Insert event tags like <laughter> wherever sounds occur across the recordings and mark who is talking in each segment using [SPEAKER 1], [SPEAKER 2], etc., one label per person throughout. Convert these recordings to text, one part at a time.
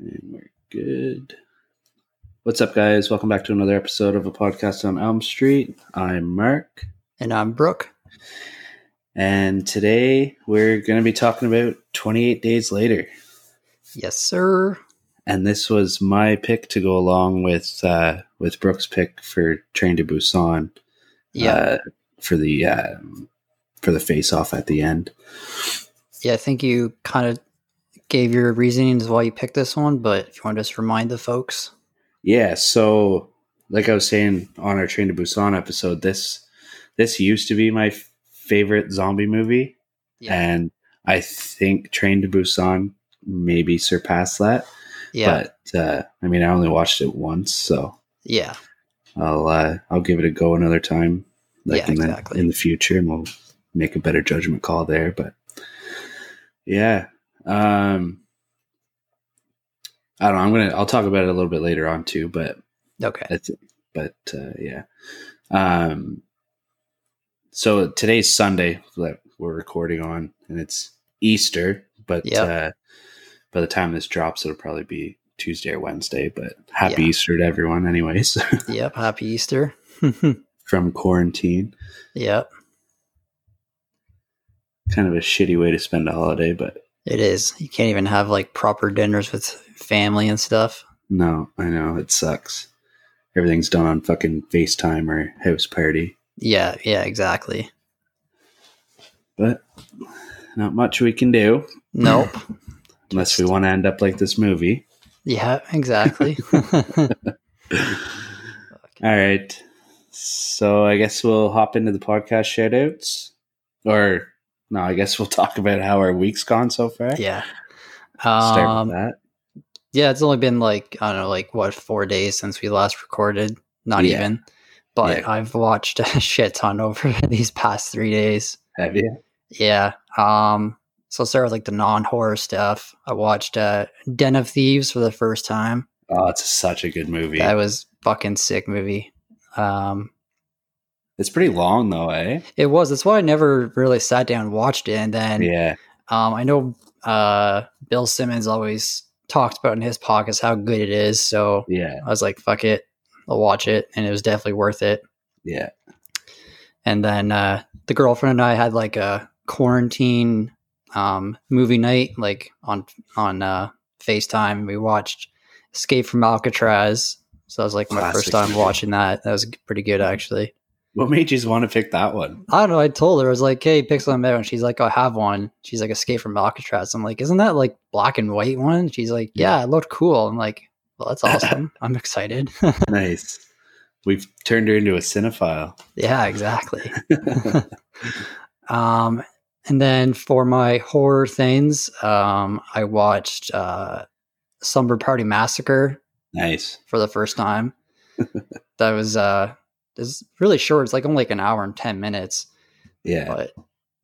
[SPEAKER 1] And we're good. What's up, guys? Welcome back to another episode of a podcast on Elm Street. I'm Mark,
[SPEAKER 2] And I'm Brooke.
[SPEAKER 1] and today we're going to be talking about 28 Days Later.
[SPEAKER 2] Yes, sir.
[SPEAKER 1] And this was my pick to go along with uh, with Brooke's pick for Train to Busan.
[SPEAKER 2] Yeah.
[SPEAKER 1] uh, for the uh, for the face off at the end.
[SPEAKER 2] yeah, I think you kind of gave your reasonings why you picked this one, but if you want to just remind the folks.
[SPEAKER 1] Yeah, so like I was saying on our Train to Busan episode, this this used to be my f- favorite zombie movie, and I think Train to Busan maybe surpassed that.
[SPEAKER 2] yeah.
[SPEAKER 1] But uh, I mean, I only watched it once, so
[SPEAKER 2] yeah.
[SPEAKER 1] I'll uh, I'll give it a go another time, like
[SPEAKER 2] Yeah,
[SPEAKER 1] in the
[SPEAKER 2] exactly.
[SPEAKER 1] in the future, and we'll make a better judgment call there. But yeah, um, I don't know. I'm gonna I'll talk about it a little bit later on too, but
[SPEAKER 2] Okay.
[SPEAKER 1] that's it. But uh, yeah, um, so today's Sunday that we're recording on, and it's Easter. But
[SPEAKER 2] Yeah.
[SPEAKER 1] uh, by the time this drops, it'll probably be Tuesday or Wednesday. But happy
[SPEAKER 2] Yeah.
[SPEAKER 1] Easter to everyone, anyways, <laughs>
[SPEAKER 2] yep. Happy Easter. <laughs>
[SPEAKER 1] from quarantine.
[SPEAKER 2] yep.
[SPEAKER 1] Kind of a shitty way to spend a holiday, but
[SPEAKER 2] It is. You can't even have like proper dinners with family and stuff.
[SPEAKER 1] no, I know it sucks. Everything's done on fucking FaceTime or house party,
[SPEAKER 2] Yeah. Yeah, exactly.
[SPEAKER 1] but not much we can do
[SPEAKER 2] Nope.
[SPEAKER 1] unless we want to end up like this movie.
[SPEAKER 2] yeah, exactly. <laughs>
[SPEAKER 1] All right. So I guess we'll hop into the podcast shout outs. Or no, I guess we'll <laughs> talk about how our week's gone so far.
[SPEAKER 2] yeah.
[SPEAKER 1] Start
[SPEAKER 2] Um,
[SPEAKER 1] with that.
[SPEAKER 2] Yeah, it's only been like I don't know, like what four days since we last recorded. Not
[SPEAKER 1] Yeah.
[SPEAKER 2] even. But
[SPEAKER 1] Yeah.
[SPEAKER 2] I've watched <laughs> a shit ton over <laughs> these past three days.
[SPEAKER 1] Have you?
[SPEAKER 2] Yeah. Um. So I'll start with like the non-horror stuff. I watched uh, Den of Thieves for the first time.
[SPEAKER 1] Oh, it's such a good movie.
[SPEAKER 2] That was fucking sick movie. Um.
[SPEAKER 1] It's pretty long though, eh?
[SPEAKER 2] It was. That's why I never really sat down and watched it. And then
[SPEAKER 1] yeah.
[SPEAKER 2] Um, I know uh, Bill Simmons always talked about in his podcast how good it is. So
[SPEAKER 1] Yeah.
[SPEAKER 2] I was like, fuck it. I'll watch it. And it was definitely worth it.
[SPEAKER 1] Yeah.
[SPEAKER 2] And then uh, the girlfriend and I had like a quarantine um, movie night, like on on uh, FaceTime. We watched Escape from Alcatraz. So that was like my first
[SPEAKER 1] Classic
[SPEAKER 2] time
[SPEAKER 1] movie.
[SPEAKER 2] watching that. That was pretty good, actually.
[SPEAKER 1] What made you want to pick that
[SPEAKER 2] <laughs>
[SPEAKER 1] one?
[SPEAKER 2] I don't know. I told her, I was like, hey, pick something out. And she's like, 'Oh, I have one. She's like, Escape from Alcatraz. I'm like, isn't that like black and white one? She's like, yeah, it looked cool. I'm like, well, that's awesome. I'm excited. <laughs>
[SPEAKER 1] nice. We've turned her into a
[SPEAKER 2] <laughs>
[SPEAKER 1] cinephile.
[SPEAKER 2] yeah, exactly. um, and then for my horror things, um, I watched uh, Slumber Party Massacre
[SPEAKER 1] nice.
[SPEAKER 2] for the
[SPEAKER 1] <laughs>
[SPEAKER 2] first time. that was uh, it's really short. It's like only like an hour and 10 minutes.
[SPEAKER 1] Yeah.
[SPEAKER 2] but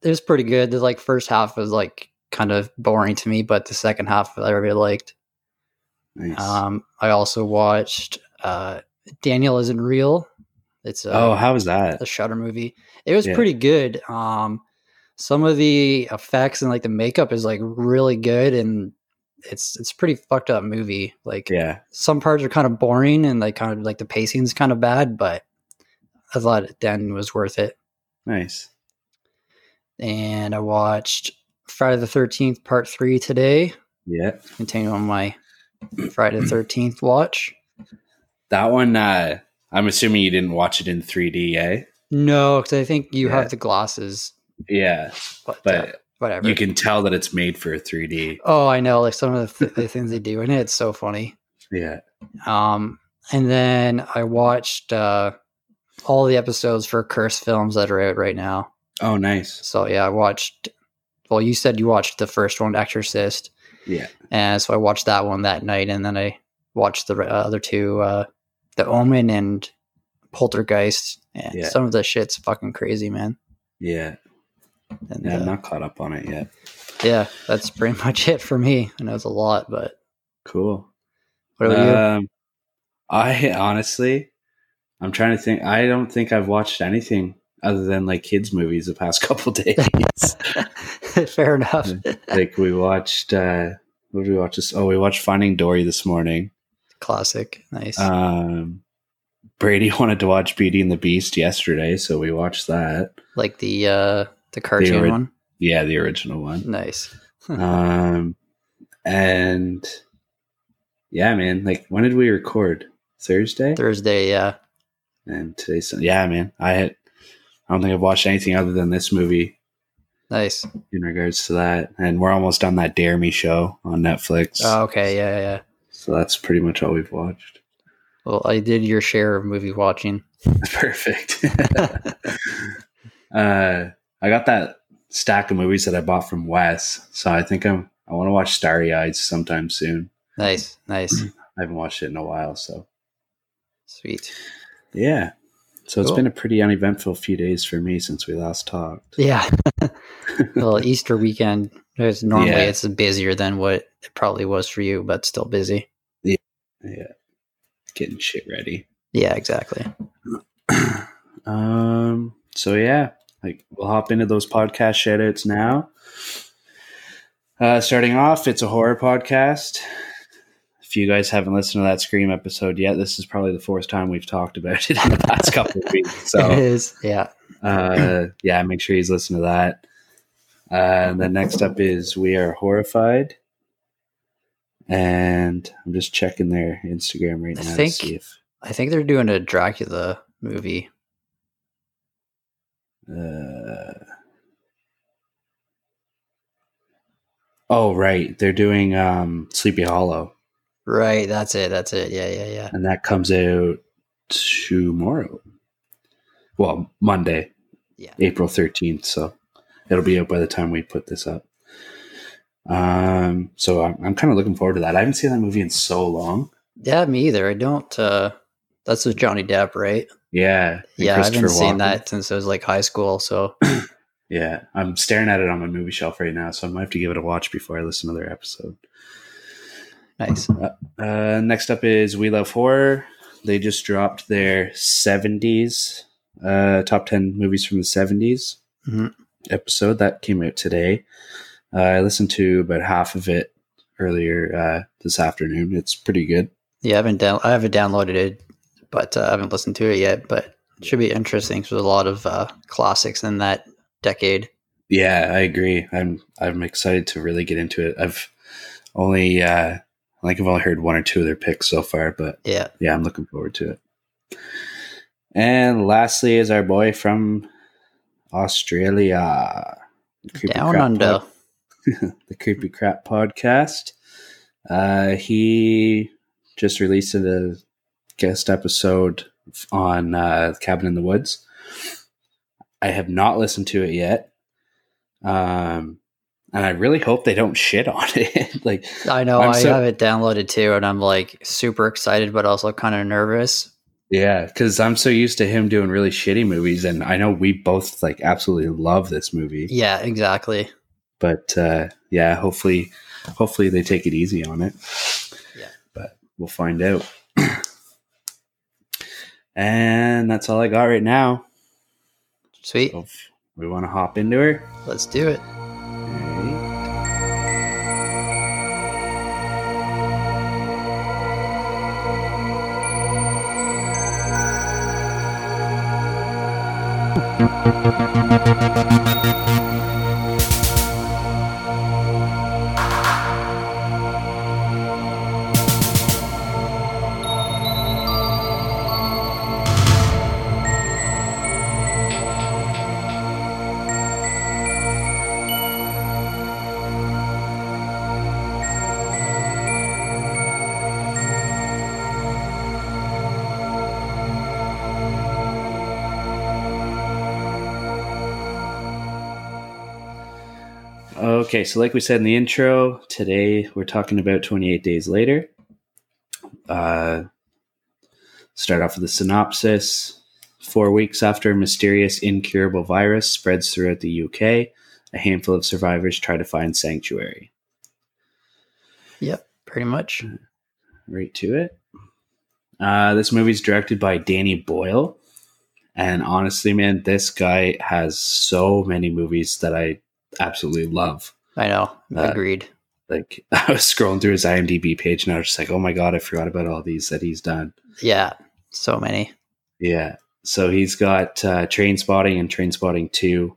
[SPEAKER 2] it was pretty good. The like first half was like kind of boring to me, but the second half I really liked.
[SPEAKER 1] Nice.
[SPEAKER 2] Um, I also watched uh, Daniel Isn't Real. It's a,
[SPEAKER 1] oh, how was that?
[SPEAKER 2] a Shutter movie. It was
[SPEAKER 1] Yeah.
[SPEAKER 2] pretty good. Um, some of the effects and like the makeup is like really good, and it's it's pretty fucked up movie. Like
[SPEAKER 1] Yeah.
[SPEAKER 2] some parts are kind of boring, and like kind of like the pacing's kind of bad, but I thought it then was worth it.
[SPEAKER 1] Nice.
[SPEAKER 2] and I watched Friday the Thirteenth Part Three today.
[SPEAKER 1] Yeah.
[SPEAKER 2] Continue
[SPEAKER 1] <clears throat>
[SPEAKER 2] on my Friday the Thirteenth watch.
[SPEAKER 1] That one, uh, I'm assuming you didn't watch it in 3D, eh?
[SPEAKER 2] No, because I think you
[SPEAKER 1] Yeah.
[SPEAKER 2] have the glasses,
[SPEAKER 1] Yeah.
[SPEAKER 2] but, uh,
[SPEAKER 1] But
[SPEAKER 2] whatever.
[SPEAKER 1] you can tell that it's made for 3D.
[SPEAKER 2] oh, I know, like some of the, th- the things they do in it. It's so funny.
[SPEAKER 1] Yeah.
[SPEAKER 2] Um, and then I watched uh, all the episodes for Curse films that are out right now.
[SPEAKER 1] Oh, nice.
[SPEAKER 2] So yeah, I watched. Well, you said you watched the first one, Exorcist.
[SPEAKER 1] Yeah.
[SPEAKER 2] And so I watched that one that night, and then I watched the re- other two, uh, The Omen and Poltergeist. And
[SPEAKER 1] Yeah.
[SPEAKER 2] Some of the shit's fucking crazy, man.
[SPEAKER 1] Yeah.
[SPEAKER 2] And
[SPEAKER 1] yeah.
[SPEAKER 2] uh,
[SPEAKER 1] I'm not caught up on it yet.
[SPEAKER 2] yeah, that's pretty <laughs> much it for me. I know it's a lot, but
[SPEAKER 1] Cool.
[SPEAKER 2] what about you?
[SPEAKER 1] Um, I honestly, I'm trying to think. I don't think I've watched anything other than like kids' movies <laughs>
[SPEAKER 2] <laughs>
[SPEAKER 1] the past couple days.
[SPEAKER 2] Fair enough.
[SPEAKER 1] like we watched, uh, What did we watch this? Oh, we watched Finding Dory this morning.
[SPEAKER 2] Classic. Nice.
[SPEAKER 1] Um, Brady <laughs> wanted to watch Beauty and the Beast yesterday, so we watched that.
[SPEAKER 2] like the uh the cartoon
[SPEAKER 1] ori-
[SPEAKER 2] one.
[SPEAKER 1] Yeah, the original one.
[SPEAKER 2] Nice.
[SPEAKER 1] um, and yeah, man. Like, when did we record? Thursday.
[SPEAKER 2] Thursday, yeah.
[SPEAKER 1] and today's Sun- yeah, man. I had, I don't think I've watched anything other than this movie
[SPEAKER 2] Nice.
[SPEAKER 1] in regards to that. And we're almost on that Dare Me show on Netflix.
[SPEAKER 2] Oh, okay, yeah, yeah.
[SPEAKER 1] so that's pretty much all we've watched. <laughs>
[SPEAKER 2] Well, I did your share of movie watching.
[SPEAKER 1] Perfect. <laughs> uh, I got that stack of movies that I bought from Wes, so I think I'm I want to watch Starry Eyes sometime soon.
[SPEAKER 2] Nice, nice.
[SPEAKER 1] I haven't watched it in a while, so
[SPEAKER 2] Sweet.
[SPEAKER 1] yeah. So it's
[SPEAKER 2] Cool.
[SPEAKER 1] been a pretty uneventful few days for me since we last talked.
[SPEAKER 2] Yeah. <laughs> well, Easter weekend. There's normally
[SPEAKER 1] Yeah.
[SPEAKER 2] it's busier than what it probably was for you, but still busy.
[SPEAKER 1] Yeah, getting shit ready.
[SPEAKER 2] Yeah, exactly.
[SPEAKER 1] um so yeah like we'll hop into those podcast shout outs now uh starting off it's a horror podcast if you guys haven't listened to that scream episode yet this is probably the fourth time we've talked about it in the past couple of weeks
[SPEAKER 2] <laughs> It
[SPEAKER 1] so
[SPEAKER 2] is. Yeah.
[SPEAKER 1] uh yeah make sure you listen to that uh and then next up is we are horrified and i'm just checking their instagram right
[SPEAKER 2] I
[SPEAKER 1] now
[SPEAKER 2] think-
[SPEAKER 1] to see if
[SPEAKER 2] I think they're doing a Dracula movie.
[SPEAKER 1] Uh, oh, right. They're doing um, Sleepy Hollow,
[SPEAKER 2] Right, that's it. That's it. Yeah, yeah, yeah.
[SPEAKER 1] and that comes out tomorrow. Well, Monday,
[SPEAKER 2] Yeah.
[SPEAKER 1] April 13th. So it'll be out by the time we put this up. Um, so I'm, I'm kind of looking forward to that. I haven't seen that movie in so long.
[SPEAKER 2] Yeah, me either. I don't uh that's with Johnny Depp, right?
[SPEAKER 1] Yeah. and
[SPEAKER 2] yeah, I haven't
[SPEAKER 1] Christopher
[SPEAKER 2] seen
[SPEAKER 1] Walken.
[SPEAKER 2] that since I was like high school, so <clears throat>
[SPEAKER 1] Yeah, I'm staring at it on my movie shelf right now, so I might have to give it a watch before I listen to their episode.
[SPEAKER 2] nice.
[SPEAKER 1] Uh, next up is We Love Horror. They just dropped their 70s uh, top 10 movies from the 70s
[SPEAKER 2] Mhm.
[SPEAKER 1] episode that came out today. Uh, I listened to about half of it earlier uh, this afternoon. It's pretty good.
[SPEAKER 2] Yeah, I haven't down- I haven't downloaded it, but uh, I haven't listened to it yet. But it should be interesting 'cause there's a lot of uh, classics in that decade.
[SPEAKER 1] Yeah, I agree. I'm I'm excited to really get into it. I've only uh, I think I've only heard one or two of their picks so far, but
[SPEAKER 2] Yeah,
[SPEAKER 1] yeah, I'm looking forward to it. And lastly is our boy from Australia. The Creepy
[SPEAKER 2] down
[SPEAKER 1] Crap
[SPEAKER 2] under.
[SPEAKER 1] Pod- <laughs> the Creepy Crap Podcast. Uh, he just released a guest episode on uh, Cabin in the Woods. I have not listened to it yet. Um, and I really hope they don't shit on <laughs> it. like,
[SPEAKER 2] I know
[SPEAKER 1] I'm
[SPEAKER 2] I
[SPEAKER 1] so-
[SPEAKER 2] have it downloaded too, and I'm like super excited, but also kind of nervous.
[SPEAKER 1] Yeah, because I'm so used to him doing really shitty movies, and I know we both like absolutely love this movie.
[SPEAKER 2] Yeah, exactly.
[SPEAKER 1] But uh, yeah, hopefully, hopefully they take it easy on it.
[SPEAKER 2] Yeah.
[SPEAKER 1] but we'll find out. and that's all I got right now.
[SPEAKER 2] Sweet,
[SPEAKER 1] So if we want to hop into her.
[SPEAKER 2] let's do it.
[SPEAKER 1] Alright. Okay, so like we said in the intro, today we're talking about 28 Days Later. Uh, start off with a synopsis. Four weeks after a mysterious, incurable virus spreads throughout the UK, a handful of survivors try to find sanctuary.
[SPEAKER 2] Yep, pretty much.
[SPEAKER 1] Mm. Right to it. Uh, this movie's directed by Danny Boyle. And honestly, man, this guy has so many movies that I absolutely love.
[SPEAKER 2] I know.
[SPEAKER 1] Uh,
[SPEAKER 2] Agreed.
[SPEAKER 1] Like <laughs> I was scrolling through his IMDb page, and I was just like, "Oh my god, I forgot about all these that he's done."
[SPEAKER 2] Yeah, so many.
[SPEAKER 1] Yeah, so he's got uh, Train Spotting and Train Spotting Two.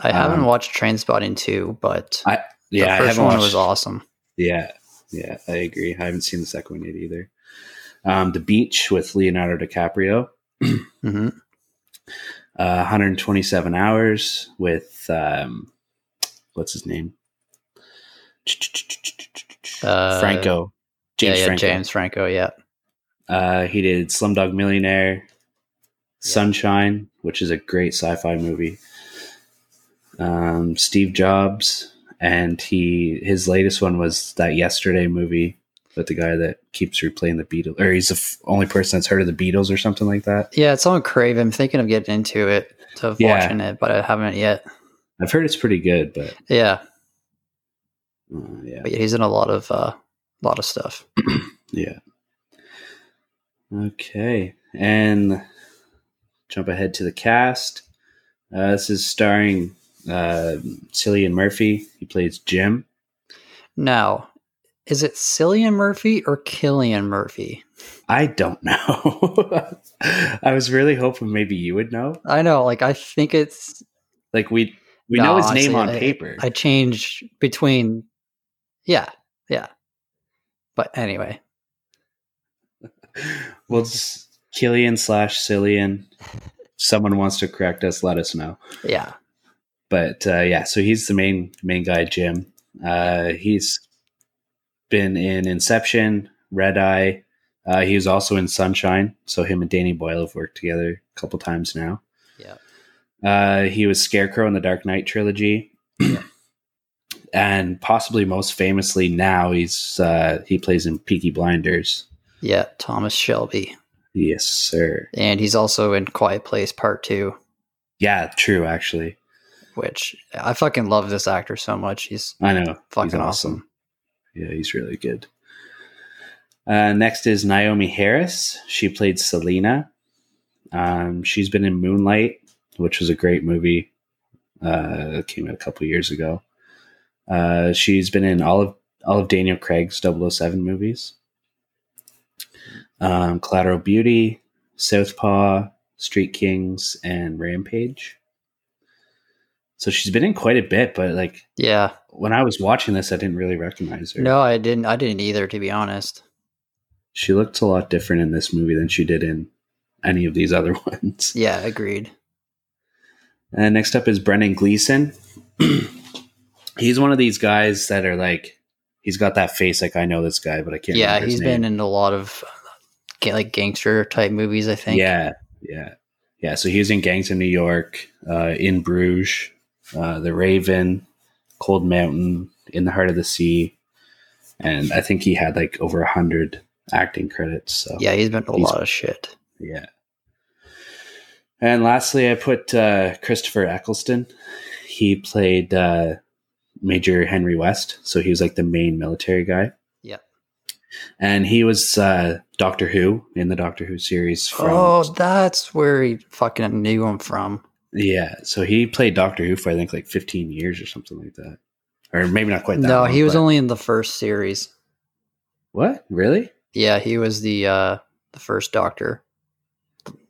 [SPEAKER 2] I haven't
[SPEAKER 1] Um,
[SPEAKER 2] watched Trainspotting 2, but
[SPEAKER 1] I-
[SPEAKER 2] the
[SPEAKER 1] Yeah, I
[SPEAKER 2] first
[SPEAKER 1] haven't
[SPEAKER 2] one
[SPEAKER 1] watched-
[SPEAKER 2] was awesome.
[SPEAKER 1] Yeah, yeah, I agree. I haven't seen the second one yet either. Um, the Beach with Leonardo DiCaprio,
[SPEAKER 2] hmm
[SPEAKER 1] uh, 127 hours with um, what's his name?
[SPEAKER 2] Uh,
[SPEAKER 1] Franco. James
[SPEAKER 2] yeah, yeah,
[SPEAKER 1] Franco.
[SPEAKER 2] James Franco, yeah.
[SPEAKER 1] Uh, he did Slumdog Millionaire,
[SPEAKER 2] Yeah.
[SPEAKER 1] Sunshine, which is a great sci-fi movie. Um, Steve Jobs, and he his latest one was that Yesterday movie with the guy that keeps replaying the Beatles, or he's the f- only person that's heard of the Beatles or something like that.
[SPEAKER 2] Yeah, it's on Crave. I'm thinking of getting into it, of
[SPEAKER 1] Yeah.
[SPEAKER 2] watching it, but I haven't yet.
[SPEAKER 1] I've heard it's pretty good, but
[SPEAKER 2] Yeah,
[SPEAKER 1] uh, yeah,
[SPEAKER 2] but yeah, he's in a lot of uh, lot of stuff.
[SPEAKER 1] yeah. Okay, and jump ahead to the cast. Uh, this is starring uh, Cillian Murphy. He plays Jim.
[SPEAKER 2] Now, is it Cillian Murphy or Killian Murphy?
[SPEAKER 1] I don't know. <laughs> I was really hoping maybe you would know.
[SPEAKER 2] I know, like I think it's
[SPEAKER 1] Like we we
[SPEAKER 2] No,
[SPEAKER 1] know his
[SPEAKER 2] honestly,
[SPEAKER 1] name on
[SPEAKER 2] I-
[SPEAKER 1] paper.
[SPEAKER 2] I change between yeah, yeah. But anyway,
[SPEAKER 1] well, it's Killian slash Cillian. Someone wants to correct us. Let us know.
[SPEAKER 2] yeah.
[SPEAKER 1] But uh, yeah, so he's the main main guy, Jim. Uh, he's been in Inception, Red Eye. Uh, he was also in Sunshine. So him and Danny Boyle have worked together a couple times now.
[SPEAKER 2] Yeah.
[SPEAKER 1] Uh, he was Scarecrow in the Dark Knight trilogy.
[SPEAKER 2] Yeah.
[SPEAKER 1] <clears throat> And possibly most famously now, he's uh, he plays in Peaky Blinders.
[SPEAKER 2] Yeah, Thomas Shelby.
[SPEAKER 1] Yes, sir.
[SPEAKER 2] And he's also in Quiet Place Part 2,
[SPEAKER 1] Yeah, true. Actually,
[SPEAKER 2] which I fucking love this actor so much. He's
[SPEAKER 1] I know.
[SPEAKER 2] fucking
[SPEAKER 1] He's
[SPEAKER 2] awesome.
[SPEAKER 1] Yeah, he's really good. Uh, next is Naomi Harris. She played Selena. Um, she's been in Moonlight, which was a great movie. Uh, it came out a couple years ago. Uh, she's been in all of all of Daniel Craig's 007 movies. Um, Collateral Beauty, Southpaw, Street Kings, and Rampage. So she's been in quite a bit, but like
[SPEAKER 2] Yeah.
[SPEAKER 1] when I was watching this, I didn't really recognize her.
[SPEAKER 2] No, I didn't I didn't either to be honest.
[SPEAKER 1] She looked a lot different in this movie than she did in any of these other <laughs> ones.
[SPEAKER 2] Yeah, agreed.
[SPEAKER 1] And next up is Brendan Gleeson. <clears throat> he's one of these guys that are like, he's got that face like I know this guy, but I can't.
[SPEAKER 2] yeah,
[SPEAKER 1] remember his
[SPEAKER 2] he's
[SPEAKER 1] name.
[SPEAKER 2] been in a lot of ga- like gangster type movies, I think.
[SPEAKER 1] Yeah, yeah, yeah. So he was in Gangs of New York, uh, in Bruges, uh, The Raven, Cold Mountain, In the Heart of the Sea, and I think he had like over a hundred acting credits. So
[SPEAKER 2] Yeah, he's been in a
[SPEAKER 1] He's-
[SPEAKER 2] lot of shit.
[SPEAKER 1] Yeah. And lastly, I put uh, Christopher Eccleston. He played uh, Major Henry West, so he was like the main military guy.
[SPEAKER 2] Yep.
[SPEAKER 1] And he was uh, Doctor Who in the Doctor Who series. From,
[SPEAKER 2] Oh, that's where he fucking knew him from.
[SPEAKER 1] yeah. So he played Doctor Who for I think like 15 years or something like that, or maybe not quite that.
[SPEAKER 2] No,
[SPEAKER 1] long,
[SPEAKER 2] he was
[SPEAKER 1] but-
[SPEAKER 2] only in the first series.
[SPEAKER 1] what? Really?
[SPEAKER 2] Yeah, he was the uh the first doctor.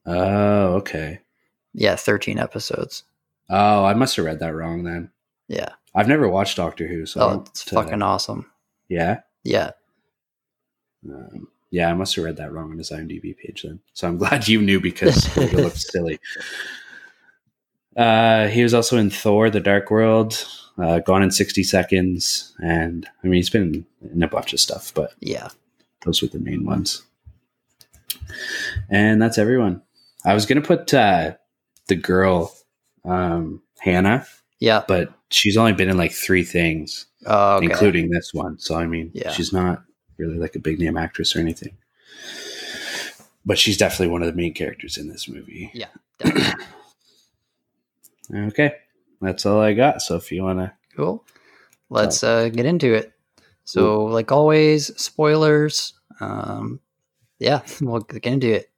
[SPEAKER 1] Oh, okay.
[SPEAKER 2] Yeah, 13 episodes.
[SPEAKER 1] Oh, I must have read that wrong then.
[SPEAKER 2] Yeah.
[SPEAKER 1] I've never watched Doctor Who, so I
[SPEAKER 2] Oh,
[SPEAKER 1] don't,
[SPEAKER 2] it's
[SPEAKER 1] uh,
[SPEAKER 2] fucking awesome.
[SPEAKER 1] yeah.
[SPEAKER 2] Yeah.
[SPEAKER 1] Um, yeah, I must have read that wrong on his IMDb page then. So I'm <laughs> glad you knew because it would have looked silly. Uh, he was also in Thor: The Dark World, uh, Gone in 60 Seconds, and I mean he's been in a bunch of stuff, but
[SPEAKER 2] Yeah.
[SPEAKER 1] those were the main ones. And that's everyone. I was gonna put uh, the girl um, Hannah,
[SPEAKER 2] Yeah.
[SPEAKER 1] but she's only been in like three things,
[SPEAKER 2] Oh, okay.
[SPEAKER 1] including this one. So I mean,
[SPEAKER 2] Yeah.
[SPEAKER 1] she's not really like a big name actress or anything, but she's definitely one of the main characters in this movie.
[SPEAKER 2] Yeah, definitely.
[SPEAKER 1] okay, that's all I got. So if you want to,
[SPEAKER 2] Cool. Let's uh, get into it. So, like always, spoilers. Um, yeah, <laughs> we'll get into it.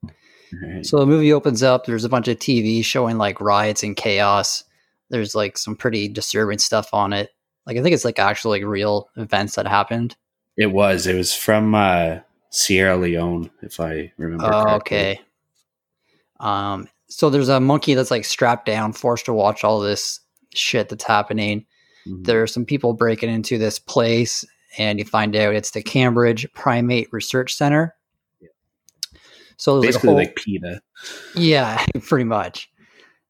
[SPEAKER 2] So the movie opens up. There's a bunch of TV showing like riots and chaos. There's like some pretty disturbing stuff on it. Like I think it's like actual like real events that happened.
[SPEAKER 1] It was. It was from uh, Sierra Leone, if I remember.
[SPEAKER 2] Oh,
[SPEAKER 1] correctly.
[SPEAKER 2] okay. Um, so there's a monkey that's like strapped down, forced to watch all this shit that's happening.
[SPEAKER 1] Mhm.
[SPEAKER 2] There are some people breaking into this place, and you find out it's the Cambridge Primate Research Center. So there's like a
[SPEAKER 1] Basically,
[SPEAKER 2] whole,
[SPEAKER 1] like PETA.
[SPEAKER 2] yeah, <laughs> pretty much.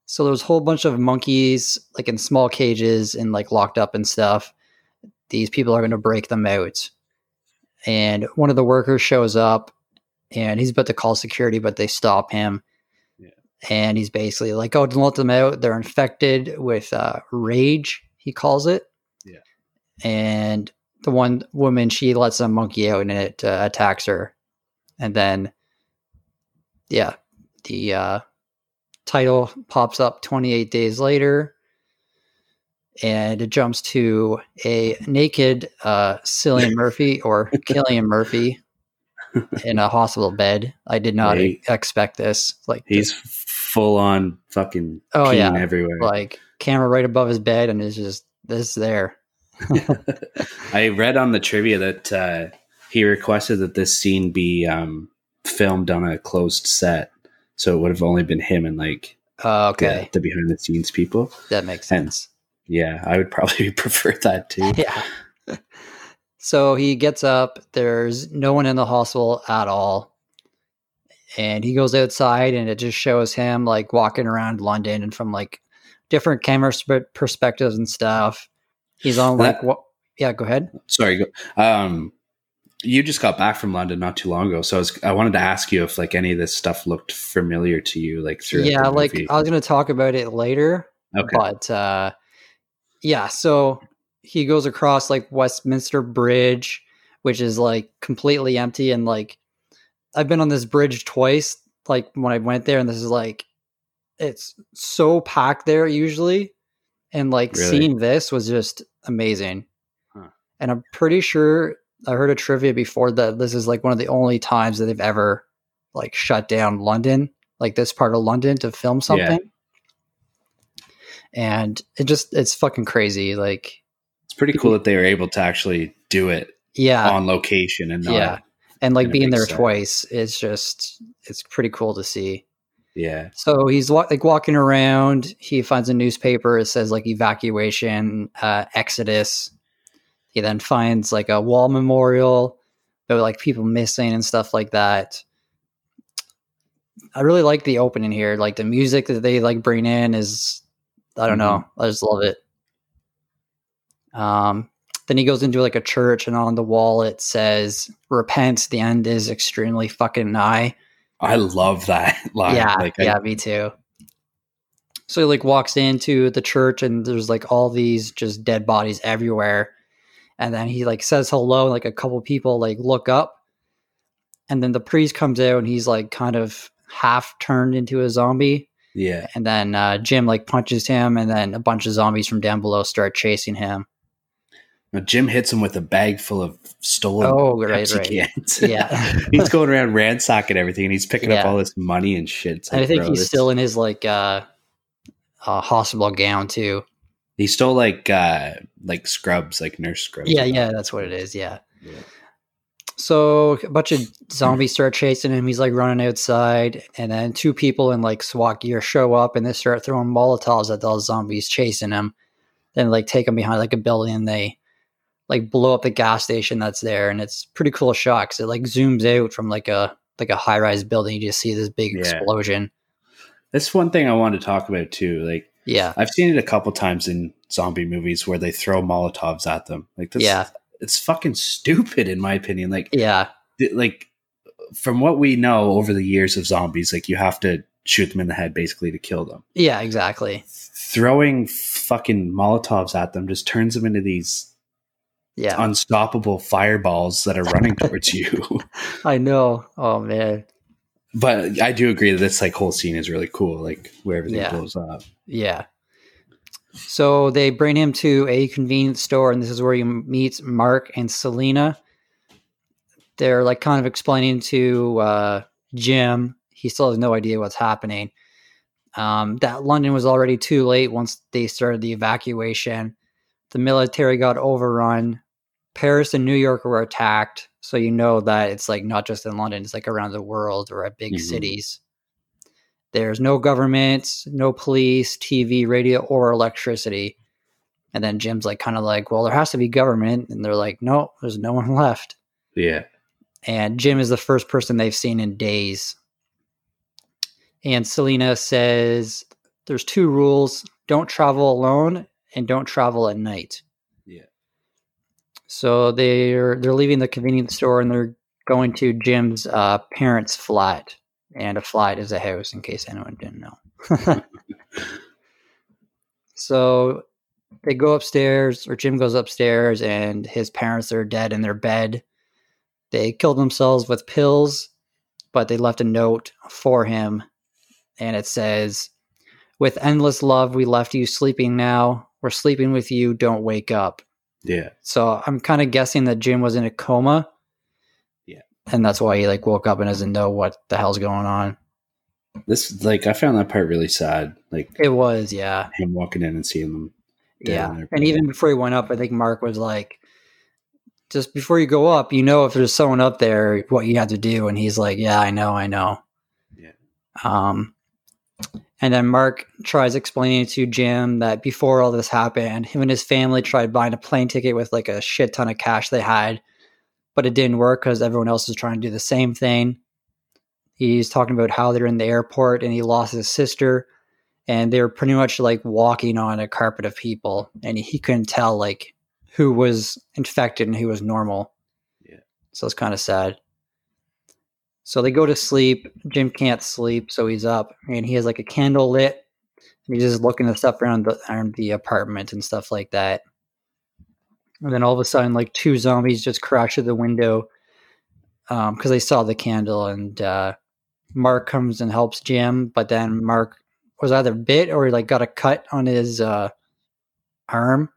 [SPEAKER 2] So there was a whole bunch of monkeys, like in small cages and like locked up and stuff. These people are going to break them out. And one of the workers shows up and he's about to call security, but they stop him.
[SPEAKER 1] Yeah.
[SPEAKER 2] And he's basically like, oh, don't let them out. They're infected with uh, rage, he calls it.
[SPEAKER 1] Yeah.
[SPEAKER 2] And the one woman, she lets a monkey out and it uh, attacks her. And then, yeah, the uh, title pops up 28 days later and it jumps to a naked
[SPEAKER 1] <laughs>
[SPEAKER 2] uh, Cillian Murphy or Killian Murphy in a hospital bed. I did not
[SPEAKER 1] Hey.
[SPEAKER 2] expect this. Like,
[SPEAKER 1] He's full on fucking
[SPEAKER 2] Oh,
[SPEAKER 1] peeing
[SPEAKER 2] yeah.
[SPEAKER 1] everywhere.
[SPEAKER 2] like camera right above his bed, and it's just this there.
[SPEAKER 1] I read on the trivia that uh, he requested that this scene be um, filmed on a closed set, so it would have only been him and like
[SPEAKER 2] Uh,
[SPEAKER 1] the-
[SPEAKER 2] okay,
[SPEAKER 1] the, behind the scenes people.
[SPEAKER 2] that makes
[SPEAKER 1] And-
[SPEAKER 2] sense.
[SPEAKER 1] Yeah, I would probably <laughs> prefer that too.
[SPEAKER 2] yeah. <laughs> So he gets up. There's no one in the hospital at all. And he goes outside, and it just shows him like walking around London and from like different camera sp- perspectives and stuff. He's on
[SPEAKER 1] That-
[SPEAKER 2] like what? Yeah, go ahead.
[SPEAKER 1] Sorry, go- um, you just got back from London not too long ago, so I, was, I wanted to ask you if like any of this stuff looked familiar to you, like through
[SPEAKER 2] Yeah, like I was gonna talk about it later,
[SPEAKER 1] okay,
[SPEAKER 2] But uh, yeah, so he goes across like Westminster Bridge, which is like completely empty. And like, I've been on this bridge twice, like when I went there, and this is like, it's so packed there usually. And like
[SPEAKER 1] Really?
[SPEAKER 2] seeing this was just amazing.
[SPEAKER 1] Huh.
[SPEAKER 2] And I'm pretty sure I heard a trivia before that this is like one of the only times that they've ever like shut down London, like this part of London to film something and it just it's fucking crazy like
[SPEAKER 1] it's pretty cool that they were able to actually do it
[SPEAKER 2] yeah
[SPEAKER 1] on location and not,
[SPEAKER 2] Uh, yeah and like
[SPEAKER 1] in a
[SPEAKER 2] being
[SPEAKER 1] big
[SPEAKER 2] there
[SPEAKER 1] set.
[SPEAKER 2] twice it's just it's pretty cool to see
[SPEAKER 1] yeah,
[SPEAKER 2] so he's wa- like walking around he finds a newspaper it says like evacuation uh exodus he then finds like a wall memorial about like people missing and stuff like that i really like the opening here like the music that they like bring in is i don't know i just love it um then he goes into like a church and on the wall it says repent the end is extremely fucking nigh
[SPEAKER 1] I love that <laughs> line.
[SPEAKER 2] yeah,
[SPEAKER 1] like, I
[SPEAKER 2] yeah, me too. So he like walks into the church and there's like all these just dead bodies everywhere. And then he like says hello, and like a couple people like look up. And then the priest comes out and he's like kind of half turned into a zombie.
[SPEAKER 1] yeah.
[SPEAKER 2] And then uh, Jim like punches him, and then a bunch of zombies from down below start chasing <laughs> him.
[SPEAKER 1] Now, Jim hits him with a bag full of stolen
[SPEAKER 2] Oh, right,
[SPEAKER 1] Pepsi
[SPEAKER 2] right.
[SPEAKER 1] cans. <laughs>
[SPEAKER 2] Yeah.
[SPEAKER 1] he's going around ransacking everything, and he's picking up
[SPEAKER 2] Yeah.
[SPEAKER 1] all this money and shit. It's
[SPEAKER 2] and
[SPEAKER 1] like,
[SPEAKER 2] I think
[SPEAKER 1] bro,
[SPEAKER 2] he's
[SPEAKER 1] this-
[SPEAKER 2] still in his like uh, uh hospital gown too.
[SPEAKER 1] he stole like uh like scrubs, like nurse scrubs.
[SPEAKER 2] Yeah,
[SPEAKER 1] and
[SPEAKER 2] yeah,
[SPEAKER 1] all.
[SPEAKER 2] that's what it is. Yeah.
[SPEAKER 1] Yeah.
[SPEAKER 2] So a bunch of zombies start chasing him. He's like running outside, and then two people in like SWAT gear show up and they start throwing Molotovs at those zombies chasing him. Then like take him behind like a building. And they like blow up the gas station that's there, and it's pretty cool shot because it like zooms out from like a like a high rise building. You just see this big
[SPEAKER 1] Yeah.
[SPEAKER 2] explosion.
[SPEAKER 1] That's one thing I wanted to talk about too. Like
[SPEAKER 2] Yeah,
[SPEAKER 1] I've seen it a couple times in zombie movies where they throw Molotovs at them. Like this,
[SPEAKER 2] Yeah.
[SPEAKER 1] it's fucking stupid in my opinion. Like
[SPEAKER 2] yeah,
[SPEAKER 1] th- like from what we know over the years of zombies, like you have to shoot them in the head basically to kill them.
[SPEAKER 2] yeah. Exactly.
[SPEAKER 1] throwing fucking molotovs at them just turns them into these
[SPEAKER 2] Yeah,
[SPEAKER 1] unstoppable fireballs that are
[SPEAKER 2] <laughs>
[SPEAKER 1] running towards you <laughs>
[SPEAKER 2] I know. Oh man.
[SPEAKER 1] but i do agree that this like whole scene is really cool like where everything
[SPEAKER 2] Yeah.
[SPEAKER 1] blows up
[SPEAKER 2] Yeah. So they bring him to a convenience store, and this is where he meets Mark and Selena. They're like kind of explaining to uh, Jim. He still has no idea what's happening. Um, that London was already too late once they started the evacuation. the military got overrun. Paris and New York were attacked. So you know that it's like not just in London, it's like around the world or at big
[SPEAKER 1] Mhm.
[SPEAKER 2] cities. There's no government, no police, TV, radio, or electricity. And then Jim's like, kind of like, well, there has to be government. And they're like, no, there's no one <laughs> left.
[SPEAKER 1] Yeah.
[SPEAKER 2] And Jim is the first person they've seen in days. And Selena says, there's two rules don't travel alone and don't travel at night.
[SPEAKER 1] Yeah.
[SPEAKER 2] So they're they're leaving the convenience store and they're going to Jim's uh, parents' flat, and a flat is a house, in case anyone didn't know. <laughs> so they go upstairs, or Jim goes upstairs, and his parents are dead in their bed. They killed themselves with pills, but they left a note for him, and it says, "With endless love, we left you sleeping. Now we're sleeping with you. Don't wake up."
[SPEAKER 1] Yeah.
[SPEAKER 2] So I'm kind of guessing that Jim was in a coma.
[SPEAKER 1] Yeah.
[SPEAKER 2] And that's why he like woke up and doesn't know what the hell's going on.
[SPEAKER 1] This like I found that part really sad. Like
[SPEAKER 2] It was, yeah.
[SPEAKER 1] him walking in and seeing them. Dead
[SPEAKER 2] Yeah.
[SPEAKER 1] in their
[SPEAKER 2] And
[SPEAKER 1] bed.
[SPEAKER 2] even before he went up, I think Mark was like, just before you go up, you know if there's someone up there, what you have to do. And he's like, Yeah, I know, I know.
[SPEAKER 1] Yeah.
[SPEAKER 2] Um and then Mark tries explaining to Jim that before all this happened, him and his family tried buying a plane ticket with like a shit ton of cash they had, but it didn't work because everyone else was trying to do the same thing. He's talking about how they're in the airport and he lost his sister and they were pretty much like walking on a carpet of people and he couldn't tell like who was infected and who was normal
[SPEAKER 1] Yeah.
[SPEAKER 2] so it's kind of sad so they go to sleep jim can't sleep so he's up and he has like a candle lit and he's just looking at stuff around the, around the apartment and stuff like that and then all of a sudden like two zombies just crash through the window because they saw the candle and uh, mark comes and helps jim but then mark was either bit or he like got a cut on his uh arm.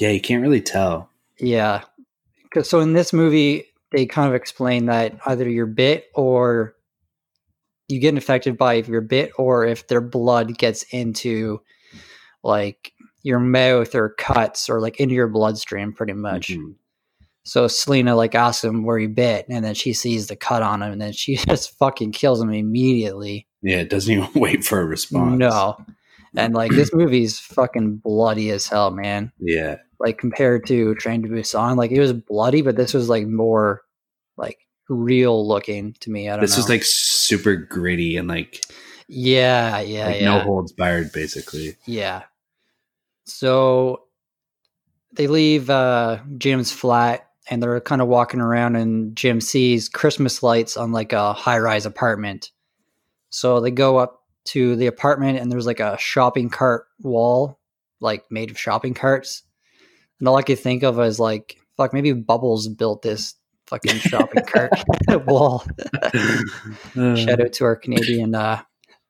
[SPEAKER 1] Yeah, you can't really tell.
[SPEAKER 2] Yeah. 'Cause- So in this movie, they kind of explain that either you're bit or you get infected by if you're bit or if their blood gets into like your mouth or cuts or like into your bloodstream pretty much.
[SPEAKER 1] Mhm.
[SPEAKER 2] So Selena like asks him where he bit and then she sees the cut on him and then she <laughs> just fucking kills him immediately.
[SPEAKER 1] Yeah, it doesn't <laughs> even wait for a response.
[SPEAKER 2] No. And
[SPEAKER 1] <clears throat>
[SPEAKER 2] like this movie's fucking bloody as hell, man
[SPEAKER 1] Yeah.
[SPEAKER 2] like compared to Train to Busan, like it was bloody, but this was like more like real looking to me. I don't
[SPEAKER 1] This
[SPEAKER 2] know.
[SPEAKER 1] is like super gritty and like,
[SPEAKER 2] yeah, yeah,
[SPEAKER 1] like
[SPEAKER 2] yeah,
[SPEAKER 1] no holds barred
[SPEAKER 2] <laughs>
[SPEAKER 1] basically. <laughs>
[SPEAKER 2] yeah. So they leave uh, Jim's flat and they're kind of walking around, and Jim sees Christmas lights on like a high rise apartment. So they go up to the apartment, and there's like a shopping cart wall, like made of shopping carts. And all I could think of is like, fuck, maybe Bubbles built this fucking shopping cart <laughs> wall.
[SPEAKER 1] Uh,
[SPEAKER 2] Shout out to our Canadian uh,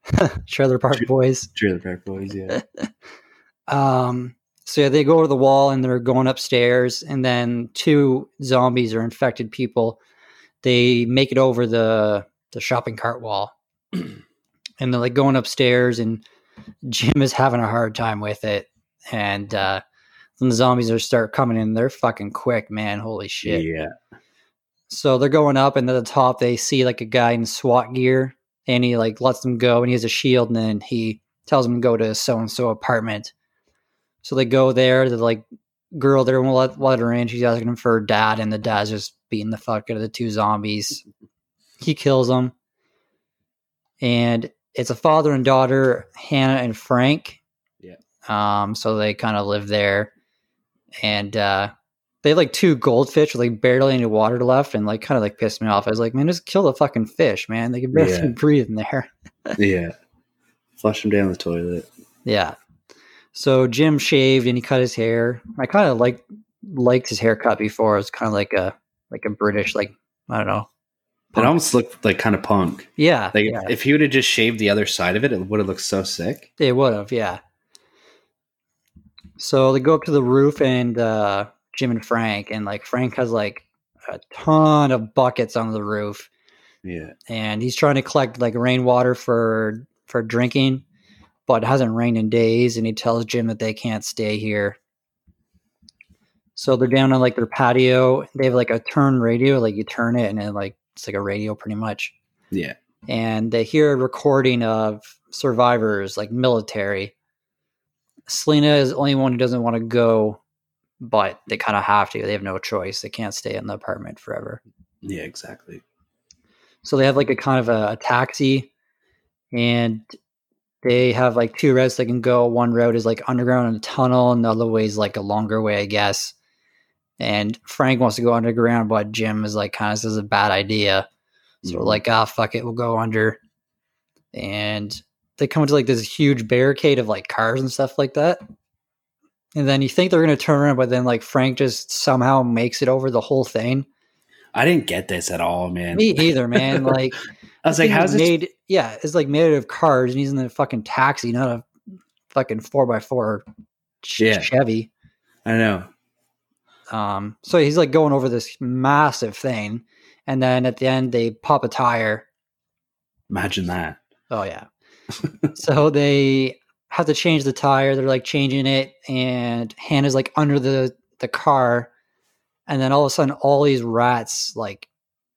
[SPEAKER 2] <laughs> trailer park boys.
[SPEAKER 1] Trailer Park Boys, yeah.
[SPEAKER 2] Um, so yeah, they go to the wall and they're going upstairs, and then two zombies or infected people. They make it over the the shopping cart wall, <clears throat> and they're like going upstairs, and Jim is having a hard time with it, and uh, then the zombies are start coming in. They're fucking quick, man. Holy shit!
[SPEAKER 1] Yeah.
[SPEAKER 2] So they're going up, and at the top they see like a guy in SWAT gear, and he like lets them go, and he has a shield, and then he tells them to go to so and so apartment. So they go there. The like girl there won't let, let her in. She's asking him for her dad, and the dad's just beating the fuck out of the two zombies. He kills them, and it's a father and daughter, Hannah and Frank.
[SPEAKER 1] Yeah.
[SPEAKER 2] Um. So they kind of live there, and uh, they had like two goldfish with like barely any water left and like kind of like pissed me off. I was like, man, just kill the fucking fish, man. They can barely
[SPEAKER 1] Yeah.
[SPEAKER 2] <laughs> breathe in there.
[SPEAKER 1] Yeah. Flush them down the toilet.
[SPEAKER 2] Yeah. So Jim shaved and he cut his hair. I kind of like liked his haircut before. It was kind of like a like a British like I don't know.
[SPEAKER 1] It almost looked like kind of punk.
[SPEAKER 2] Yeah.
[SPEAKER 1] Like
[SPEAKER 2] yeah.
[SPEAKER 1] if he would have just shaved the other side of it, it would have looked so sick.
[SPEAKER 2] They would have, yeah. So they go up to the roof and uh, Jim and Frank, and like Frank has like a ton of buckets on the roof,
[SPEAKER 1] Yeah.
[SPEAKER 2] and he's trying to collect like rainwater for for drinking, but it hasn't rained in days. And he tells Jim that they can't stay here. So they're down on like their patio. They have like a turn radio, like you turn it and it like it's like a radio pretty much.
[SPEAKER 1] Yeah.
[SPEAKER 2] And they hear a recording of survivors, like military. Selena is the only one who doesn't want to go, but they kind of have to. They have no choice. They can't stay in the apartment forever.
[SPEAKER 1] Yeah, exactly.
[SPEAKER 2] So they have like a kind of a, a taxi and they have like two routes they can go. One road is like underground in a tunnel, and the other way is like a longer way, I guess. And Frank wants to go underground, but Jim is like kind of says a bad idea. So
[SPEAKER 1] Mm. Mm-hmm.
[SPEAKER 2] we're like, ah, fuck it, we'll go under. And they come into like this huge barricade of like cars and stuff like that. And then you think they're gonna turn around, but then like Frank just somehow makes it over the whole thing.
[SPEAKER 1] I didn't get this at all, man.
[SPEAKER 2] Me either, man. Like
[SPEAKER 1] I was like,
[SPEAKER 2] thing
[SPEAKER 1] how's
[SPEAKER 2] is
[SPEAKER 1] this?
[SPEAKER 2] made? Yeah, it's like made out of cars, and he's in a fucking taxi, not a fucking four x four
[SPEAKER 1] Yeah.
[SPEAKER 2] Chevy.
[SPEAKER 1] I know.
[SPEAKER 2] Um, so he's like going over this massive thing, and then at the end they pop a tire.
[SPEAKER 1] Imagine that.
[SPEAKER 2] Oh yeah. so they have to change the tire. They're like changing it, and Hannah's like under the the car, and then all of a sudden, all these rats, like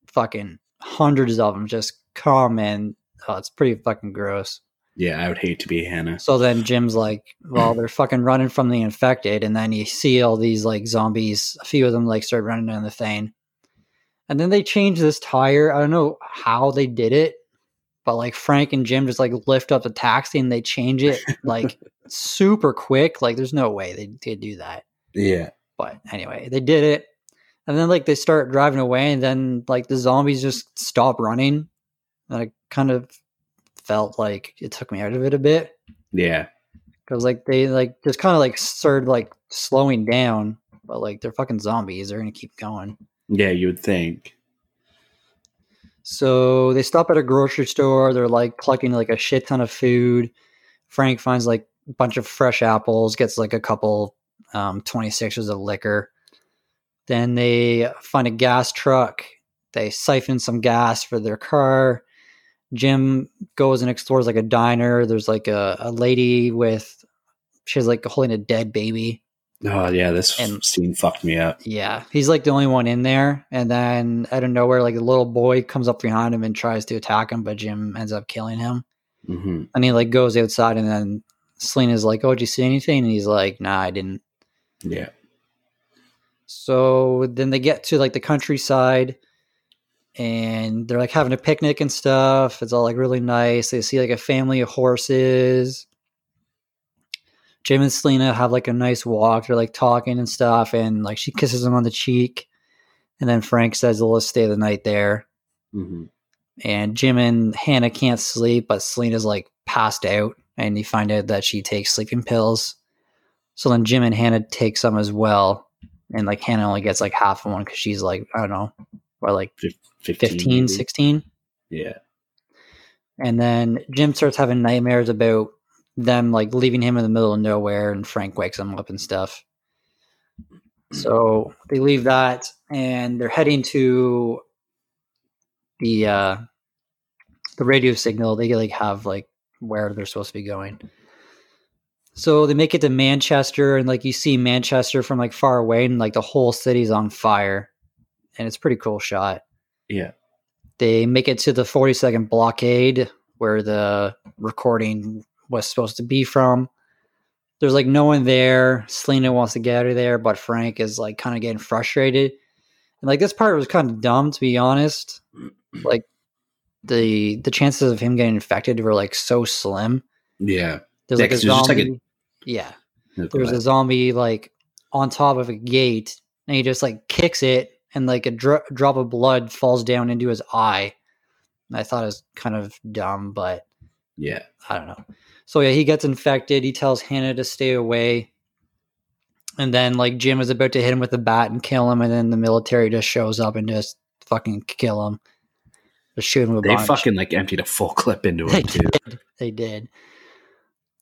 [SPEAKER 2] fucking hundreds of them, just come and oh, it's pretty fucking gross.
[SPEAKER 1] Yeah, I would hate to be Hannah.
[SPEAKER 2] So then Jim's like, well, they're fucking running from the infected. And then you see all these like zombies, a few of them like start running down the thing. And then they change this tire. I don't know how they did it, but like Frank and Jim just like lift up the taxi and they change it like super quick. Like there's no way they could do that.
[SPEAKER 1] Yeah.
[SPEAKER 2] But anyway, they did it. And then like they start driving away and then like the zombies just stop running. And I kind of felt like it took me out of it a bit
[SPEAKER 1] Yeah.
[SPEAKER 2] because like they like just kind of like started like slowing down but like they're fucking zombies they're gonna keep going
[SPEAKER 1] Yeah, you would think.
[SPEAKER 2] so they stop at a grocery store they're like plucking like a shit ton of food frank finds like a bunch of fresh apples gets like a couple um 26ers of liquor then they find a gas truck they siphon some gas for their car jim goes and explores like a diner there's like a, a lady with she's like holding a dead baby
[SPEAKER 1] Oh yeah, this
[SPEAKER 2] And-
[SPEAKER 1] scene fucked me up.
[SPEAKER 2] Yeah, he's like the only one in there. And then out of nowhere, like a little boy comes up behind him and tries to attack him, but Jim ends up killing him.
[SPEAKER 1] hmm
[SPEAKER 2] And he like goes outside, and then Selena's like, "Oh, did you see anything?" And he's like, "Nah, I didn't."
[SPEAKER 1] Yeah.
[SPEAKER 2] So then they get to like the countryside, and they're like having a picnic and stuff. It's all like really nice. They see like a family of horses. Jim and Selena have like a nice walk. They're like talking and stuff, and like she kisses him on the cheek. And then Frank says, well, let's stay the night there.
[SPEAKER 1] hmm
[SPEAKER 2] And Jim and Hannah can't sleep, but Selena's like passed out, and you find out that she takes sleeping pills. So then Jim and Hannah take some as well, and like Hannah only gets like half of one because she's like, I don't know, or like
[SPEAKER 1] 15,
[SPEAKER 2] 15,
[SPEAKER 1] maybe?
[SPEAKER 2] 16.
[SPEAKER 1] Yeah.
[SPEAKER 2] And then Jim starts having nightmares about them like leaving him in the middle of nowhere and Frank wakes him up and stuff. So they leave that and they're heading to the uh the radio signal. They like have like where they're supposed to be going. So they make it to Manchester and like you see Manchester from like far away and like the whole city's on fire. And it's a pretty cool shot
[SPEAKER 1] Yeah.
[SPEAKER 2] they make it to the 42nd blockade where the recording was supposed to be from. There's like no one there. Selena wants to get out of there, but Frank is like kind of getting frustrated. And like this part was kind of dumb to be
[SPEAKER 1] <clears throat>
[SPEAKER 2] honest. Like the the chances of him getting infected were like so slim.
[SPEAKER 1] Yeah.
[SPEAKER 2] There's
[SPEAKER 1] Yeah,
[SPEAKER 2] like a
[SPEAKER 1] 'cause there's just, like,
[SPEAKER 2] zombie.
[SPEAKER 1] a-
[SPEAKER 2] yeah
[SPEAKER 1] No,
[SPEAKER 2] there's a zombie like on top of a gate and he just like kicks it and like a dro- drop of blood falls down into his eye And i thought it was kind of dumb but
[SPEAKER 1] yeah.
[SPEAKER 2] i don't know so yeah he gets infected he tells hannah to stay away and then like jim is about to hit him with a bat and kill him and then the military just shows up and just fucking kill him just shoot him a
[SPEAKER 1] They
[SPEAKER 2] bunch.
[SPEAKER 1] fucking like emptied a full clip
[SPEAKER 2] <laughs>
[SPEAKER 1] into it too.
[SPEAKER 2] They did.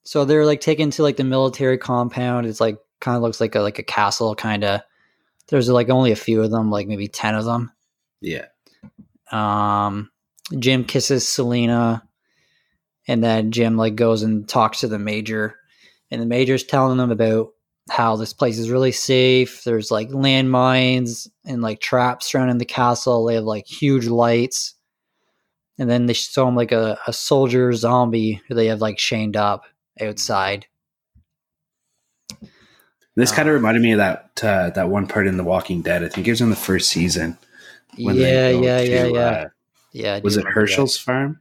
[SPEAKER 2] So they're like taken to like the military compound. It's like kind of looks like a like a castle kind of. There's like only a few of them, like maybe 10 of them.
[SPEAKER 1] yeah.
[SPEAKER 2] Um Jim kisses Selena and then Jim like goes and talks to the major and the major's telling them about how this place is really safe. There's like landmines and like traps surrounding the castle. They have like huge lights. And then they show him like a, a soldier zombie who they have like chained up
[SPEAKER 1] Mm.
[SPEAKER 2] outside.
[SPEAKER 1] This
[SPEAKER 2] Oh.
[SPEAKER 1] kind of reminded me of that uh, that one part in The Walking Dead. I think it was in the first season.
[SPEAKER 2] Yeah,
[SPEAKER 1] they go
[SPEAKER 2] yeah,
[SPEAKER 1] to,
[SPEAKER 2] yeah, yeah.
[SPEAKER 1] uh,
[SPEAKER 2] yeah. I do
[SPEAKER 1] was it
[SPEAKER 2] remember that.
[SPEAKER 1] Herschel's farm?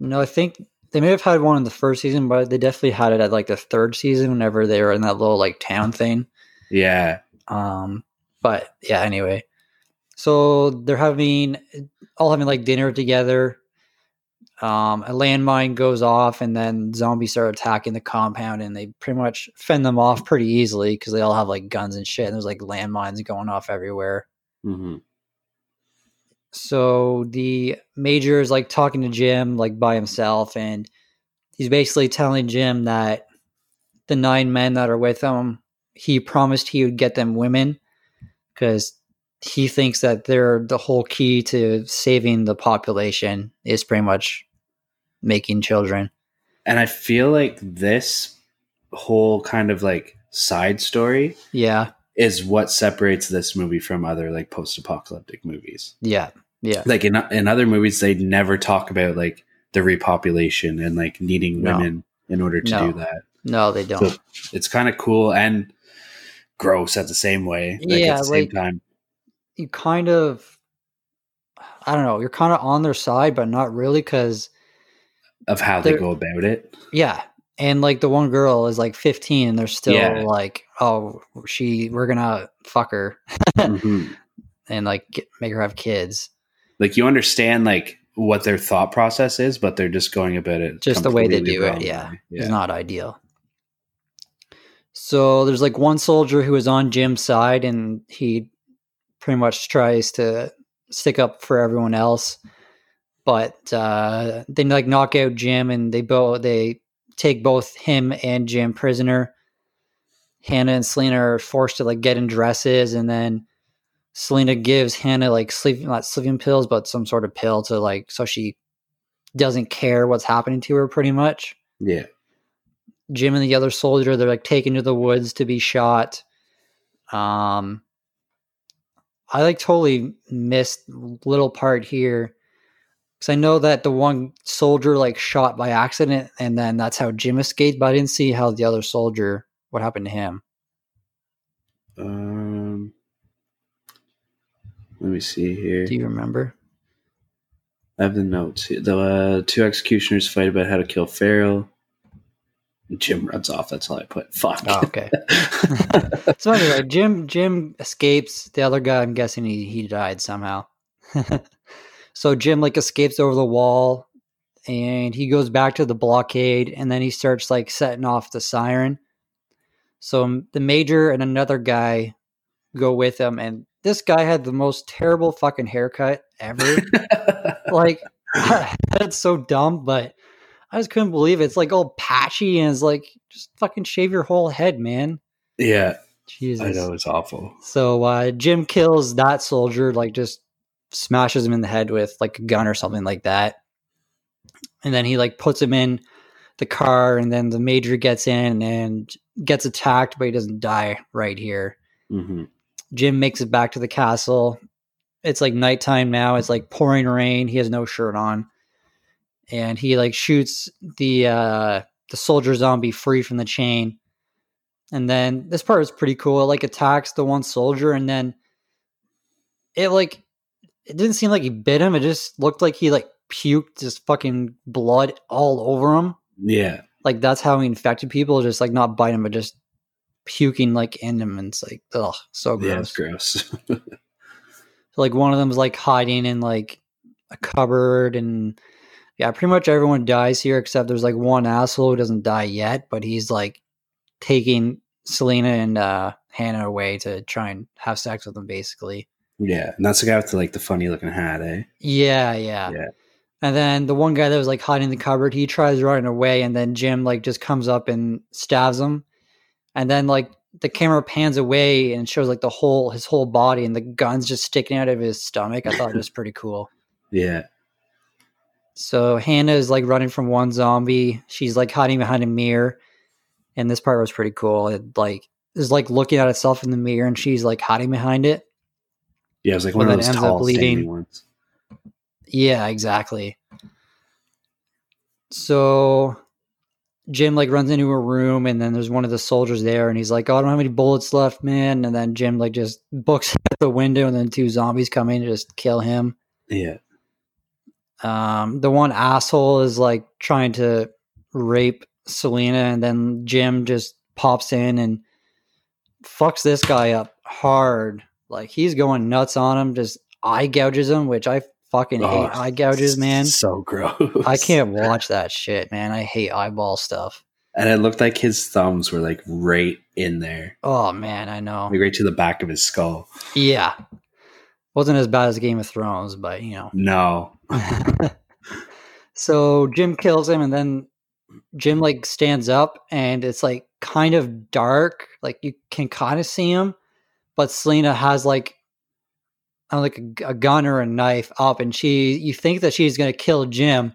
[SPEAKER 2] No, I think they may have had one in the first season, but they definitely had it at like the third season whenever they were in that little like town thing.
[SPEAKER 1] Yeah,
[SPEAKER 2] Um, but yeah, anyway. So they're having all having like dinner together. Um, a landmine goes off, and then zombies start attacking the compound, and they pretty much fend them off pretty easily because they all have like guns and shit. And there's like landmines going off everywhere. Mm-hmm.
[SPEAKER 1] hmm
[SPEAKER 2] So the major is like talking to Jim like by himself, and he's basically telling Jim that the nine men that are with him, he promised he would get them women because he thinks that they're the whole key to saving the population is pretty much making children.
[SPEAKER 1] and I feel like this whole kind of like side story
[SPEAKER 2] Yeah,
[SPEAKER 1] is what separates this movie from other like post-apocalyptic movies.
[SPEAKER 2] yeah, yeah.
[SPEAKER 1] Like in in other movies, they never talk about like the repopulation and like needing
[SPEAKER 2] No.
[SPEAKER 1] women in order to
[SPEAKER 2] No.
[SPEAKER 1] do that.
[SPEAKER 2] No, they don't.
[SPEAKER 1] So- It's kind of cool and gross at the same way. Like
[SPEAKER 2] Yeah,
[SPEAKER 1] at the same
[SPEAKER 2] like-
[SPEAKER 1] time.
[SPEAKER 2] you kind of, I don't know, you're kind of on their side, but not really because
[SPEAKER 1] Of how they
[SPEAKER 2] There-
[SPEAKER 1] go about it.
[SPEAKER 2] <laughs> Yeah. And like the one girl is like 15 and they're still
[SPEAKER 1] Yeah.
[SPEAKER 2] like, oh, she, we're going to fuck her
[SPEAKER 1] Mhm.
[SPEAKER 2] and like get, make her have kids.
[SPEAKER 1] like you understand like what their thought process is, but they're just going about it
[SPEAKER 2] Just the way they
[SPEAKER 1] completely
[SPEAKER 2] do it,
[SPEAKER 1] wrong.
[SPEAKER 2] yeah. It's
[SPEAKER 1] yeah.
[SPEAKER 2] not ideal. So there's like one soldier who is on Jim's side and he pretty much tries to stick up for everyone else. But uh, they like knock out Jim and they both they take both him and Jim prisoner. Hannah and Selena are forced to like get in dresses and then Selena gives Hannah like sleeping not sleeping pills, but some sort of pill to like so she doesn't care what's happening to her pretty much.
[SPEAKER 1] yeah,
[SPEAKER 2] Jim and the other soldier, they're like taken to the woods to be shot. Um, I like totally missed little part here because I know that the one soldier like shot by accident, and then that's how Jim escaped. But I didn't see how the other soldier what happened to him.
[SPEAKER 1] Um, let me see here.
[SPEAKER 2] Do you remember?
[SPEAKER 1] I have the notes. here. The uh, two executioners fight about how to kill Farrell. Jim runs off. That's all I put. Fuck.
[SPEAKER 2] Oh, okay. so anyway, Jim Jim escapes. The other guy, I'm guessing he he died somehow. <laughs> so Jim like escapes over the wall, and he goes back to the blockade, and then he starts like setting off the siren. So um, the major and another guy go with him, and this guy had the most terrible fucking haircut ever. like <laughs> that's so dumb, but I just couldn't believe it. It's like all patchy, and it's like just fucking shave your whole head, man.
[SPEAKER 1] <laughs>
[SPEAKER 2] <laughs>
[SPEAKER 1] yeah,
[SPEAKER 2] Jesus.
[SPEAKER 1] I know it's awful.
[SPEAKER 2] So uh, Jim kills that soldier, like just smashes him in the head with like a gun or something like that. And then he like puts him in the car, and then the major gets in and gets attacked, but he doesn't die right here.
[SPEAKER 1] hmm
[SPEAKER 2] Jim makes it back to the castle. It's like nighttime now. It's like pouring rain. He has no shirt on, and he like shoots the uh, the soldier zombie free from the chain. And then this part is pretty cool. It like attacks the one soldier, and then it like it didn't seem like he bit him. It just looked like he like puked just fucking blood all over him.
[SPEAKER 1] Yeah,
[SPEAKER 2] Like that's how he infected people. Just like not biting, but just puking like in him. And it's like ugh, so gross.
[SPEAKER 1] yeah, it's gross. <laughs>
[SPEAKER 2] So like one of them's like hiding in like a cupboard and yeah, pretty much everyone dies here except there's like one asshole who doesn't die yet, but he's like taking Selena and uh Hannah away to try and have sex with them basically.
[SPEAKER 1] yeah, and that's the guy with the, like the funny looking hat, eh?
[SPEAKER 2] Yeah, yeah.
[SPEAKER 1] Yeah.
[SPEAKER 2] And then the one guy that was like hiding in the cupboard, he tries running away and then Jim like just comes up and stabs him. And then like the camera pans away and shows like the whole his whole body and the guns just sticking out of his stomach. I thought it was pretty cool.
[SPEAKER 1] Yeah,
[SPEAKER 2] So Hannah is like running from one zombie. She's like hiding behind a mirror. and this part was pretty cool. It like is like looking at itself in the mirror, and she's like hiding behind it.
[SPEAKER 1] Yeah, it was like one
[SPEAKER 2] Well,
[SPEAKER 1] of
[SPEAKER 2] that
[SPEAKER 1] those
[SPEAKER 2] ends up
[SPEAKER 1] tall
[SPEAKER 2] leading-
[SPEAKER 1] standing ones.
[SPEAKER 2] Yeah, exactly. So Jim like runs into a room and then there's one of the soldiers there and he's like, Oh, I don't have any bullets left, man. And then Jim like just books <laughs> at the window and then two zombies come in and just kill him.
[SPEAKER 1] Yeah,
[SPEAKER 2] Um, the one asshole is like trying to rape Selena and then Jim just pops in and fucks this guy up hard. Like he's going nuts on him, just eye gouges him, which I fucking
[SPEAKER 1] Oh,
[SPEAKER 2] hate eye gouges, man.
[SPEAKER 1] so gross.
[SPEAKER 2] I can't watch that shit, man. I hate eyeball stuff.
[SPEAKER 1] <laughs> And it looked like his thumbs were like right in there,
[SPEAKER 2] Oh man, I know.
[SPEAKER 1] like right to the back of his skull.
[SPEAKER 2] Yeah. Wasn't as bad as Game of Thrones, but you know.
[SPEAKER 1] No,
[SPEAKER 2] so Jim kills him and then Jim like stands up and it's like kind of dark. Like you can kind of see him, but Selena has like I don't know, like a g- a, gun or a knife up and she you think that she's going to kill Jim,